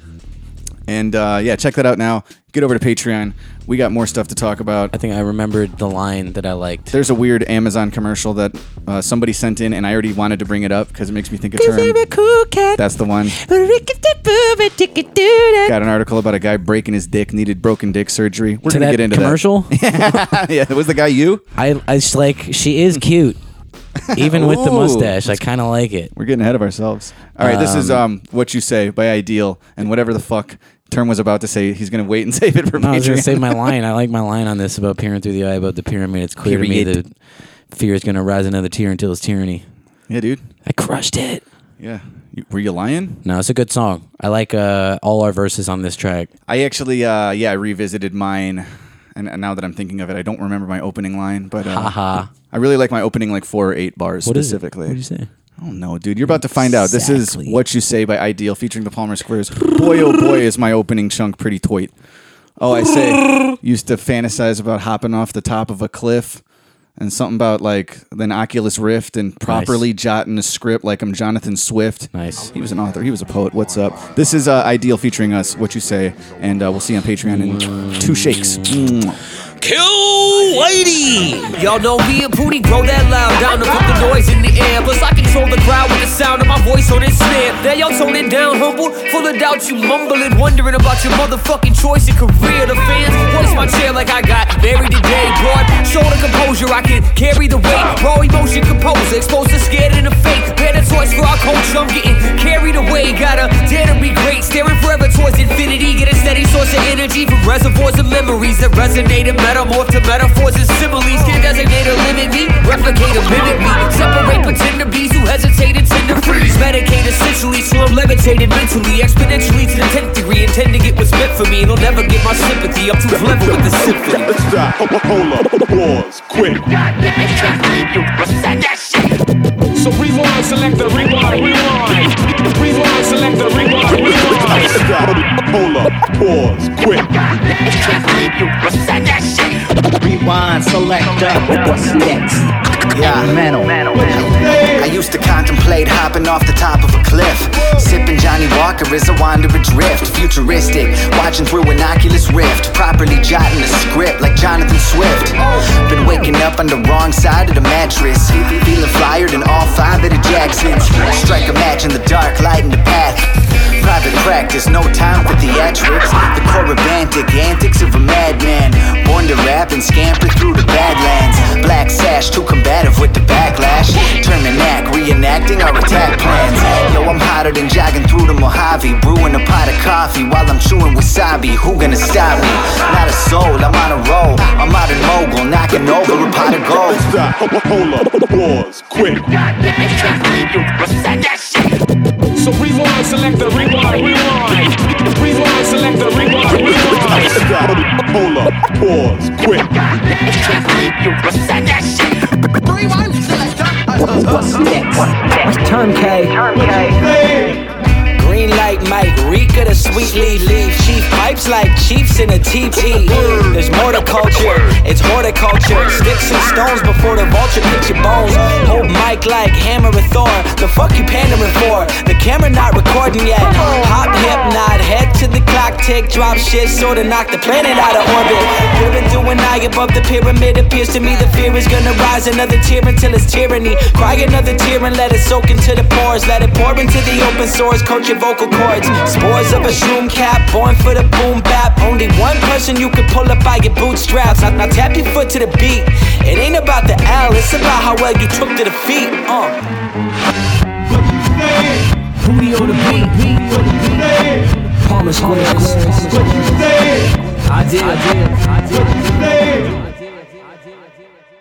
[SPEAKER 4] And uh, yeah, check that out now. Get over to Patreon. We got more stuff to talk about. I
[SPEAKER 3] think I remembered the line that I liked.
[SPEAKER 4] There's a weird Amazon commercial that uh, somebody sent in, and I already wanted to bring it up because it makes me think of term. That's the one. Got an article about a guy breaking his dick, needed broken dick surgery. We're
[SPEAKER 3] To
[SPEAKER 4] gonna
[SPEAKER 3] that
[SPEAKER 4] get into
[SPEAKER 3] commercial?
[SPEAKER 4] That. yeah, was the guy you?
[SPEAKER 3] I, I just like she is cute, even with the
[SPEAKER 4] Ooh.
[SPEAKER 3] mustache. I kind of like it.
[SPEAKER 4] We're getting ahead of ourselves. All right, this is um what you say by ideal, and whatever the fuck term was about to say, he's gonna wait and save it for
[SPEAKER 3] No,
[SPEAKER 4] Patreon.
[SPEAKER 3] I was gonna say my line. I like my line on this about peering through the eye above the pyramid. It's clear to me
[SPEAKER 4] Period.
[SPEAKER 3] that fear is gonna rise another tier until it's tyranny.
[SPEAKER 4] yeah, dude.
[SPEAKER 3] I crushed it.
[SPEAKER 4] Yeah. You- Were you lying?
[SPEAKER 3] No, it's a good song. I like uh, all our verses on this track.
[SPEAKER 4] I actually, uh, yeah, I revisited mine, and, and now that I'm thinking of it, I don't remember my opening line, but uh,
[SPEAKER 3] Haha.
[SPEAKER 4] I really like my opening like four or eight bars
[SPEAKER 3] What is it?
[SPEAKER 4] specifically.
[SPEAKER 3] What do you say?
[SPEAKER 4] I don't know, dude. You're about to find out. This is what you say by Ideal featuring the Palmer Squares. Boy, oh boy, is my opening chunk pretty toit. Oh, I say, used to fantasize about hopping off the top of a cliff. And something about like an Oculus Rift and properly jotting a script like I'm Jonathan Swift.
[SPEAKER 3] Nice.
[SPEAKER 4] He was an author. He was a poet. What's up? This is uh, Ideal featuring us. What you say, and uh, we'll see you on Patreon in two shakes.
[SPEAKER 13] Kill lady! Y'all know me and Pooty grow that loud down to put the noise in the air. Plus, I control the crowd with the sound of my voice on its snare. Now, y'all toning down, humble, full of doubts, you mumbling, wondering about your motherfucking choice and career. The fans, what is my chair like I got married today? Broad shoulder composure, I can carry the weight. Raw emotion composer, exposed to scared and a fake. Better choice for our culture, I'm getting carried away. Gotta dare to be great, staring forever towards infinity. Get a steady source of energy from reservoirs of memories that resonate and metamorph to metaphors and similes. Can't designate or limit me, replicate or mimic me. Separate pretend to bees who hesitate and tend to freeze. Medicate essentially, so I'm levitated mentally, exponentially to the 10th degree. Intend to get what's meant for me, and I'll never get my sympathy. I'm too clever with the symphony.
[SPEAKER 11] Stop. Hold up. Pause. Quick.
[SPEAKER 13] So rewind, select the rewind, rewind. Rewind, select the rewind, rewind.
[SPEAKER 11] Stop. Hold up. Pause. Quick.
[SPEAKER 14] Rewind selector. What's next? Yeah, metal. I used to contemplate hopping off the top of a cliff. Sipping Johnny Walker as I wander adrift. Futuristic, watching through an Oculus Rift.
[SPEAKER 15] properly jotting a script like Jonathan Swift. Been waking up on the wrong side of the mattress. Feeling flyer than all five of the Jacksons. Strike a match in the dark, lighting the path. Private practice, no time for theatrics. The corybantic antics of a madman. Born to rap and scamper through the badlands. Black sash, too combative with the backlash. Turning act, reenacting our attack plans. Yo, I'm hotter than jogging through the Mojave. Brewing a pot of coffee while I'm chewing wasabi. Who gonna stop me? Not a soul, I'm on a roll. I'm out in mogul, knocking over a pot of gold.
[SPEAKER 4] Stop. Hold up. Pause. Quit.
[SPEAKER 7] So rewind, select the rewind, rewind. Rewind, select the rewind, rewind.
[SPEAKER 4] Stop. Hold up. Pause. Quit.
[SPEAKER 15] What's next?
[SPEAKER 12] Turn K. Green like Mike, Rika the sweet lead leaf. Chief pipes like chiefs in a TT. There's more to culture, it's horticulture. Sticks and stones before the vulture picks your bones. Hold Mike like hammer and thorn. The fuck you pandering for? The camera not recording yet. Hop, hip, nod, head to the clock tick. Drop shit, sorta knock the planet out of orbit. Ribbon through an eye above the pyramid. Appears to me the fear is gonna rise another tear until it's tyranny. Cry another tear and let it soak into the pores. Let it pour into the open source. Coach your vocal cords. Spores of a shroom cap, born for the boom bap. Only one person you can pull up by your bootstraps. Now, now tap your foot to the beat. It ain't about the L, it's about how well you took to the feet. Uh. What you the beat? What you Palmer Squares. What you I did. I did. I did.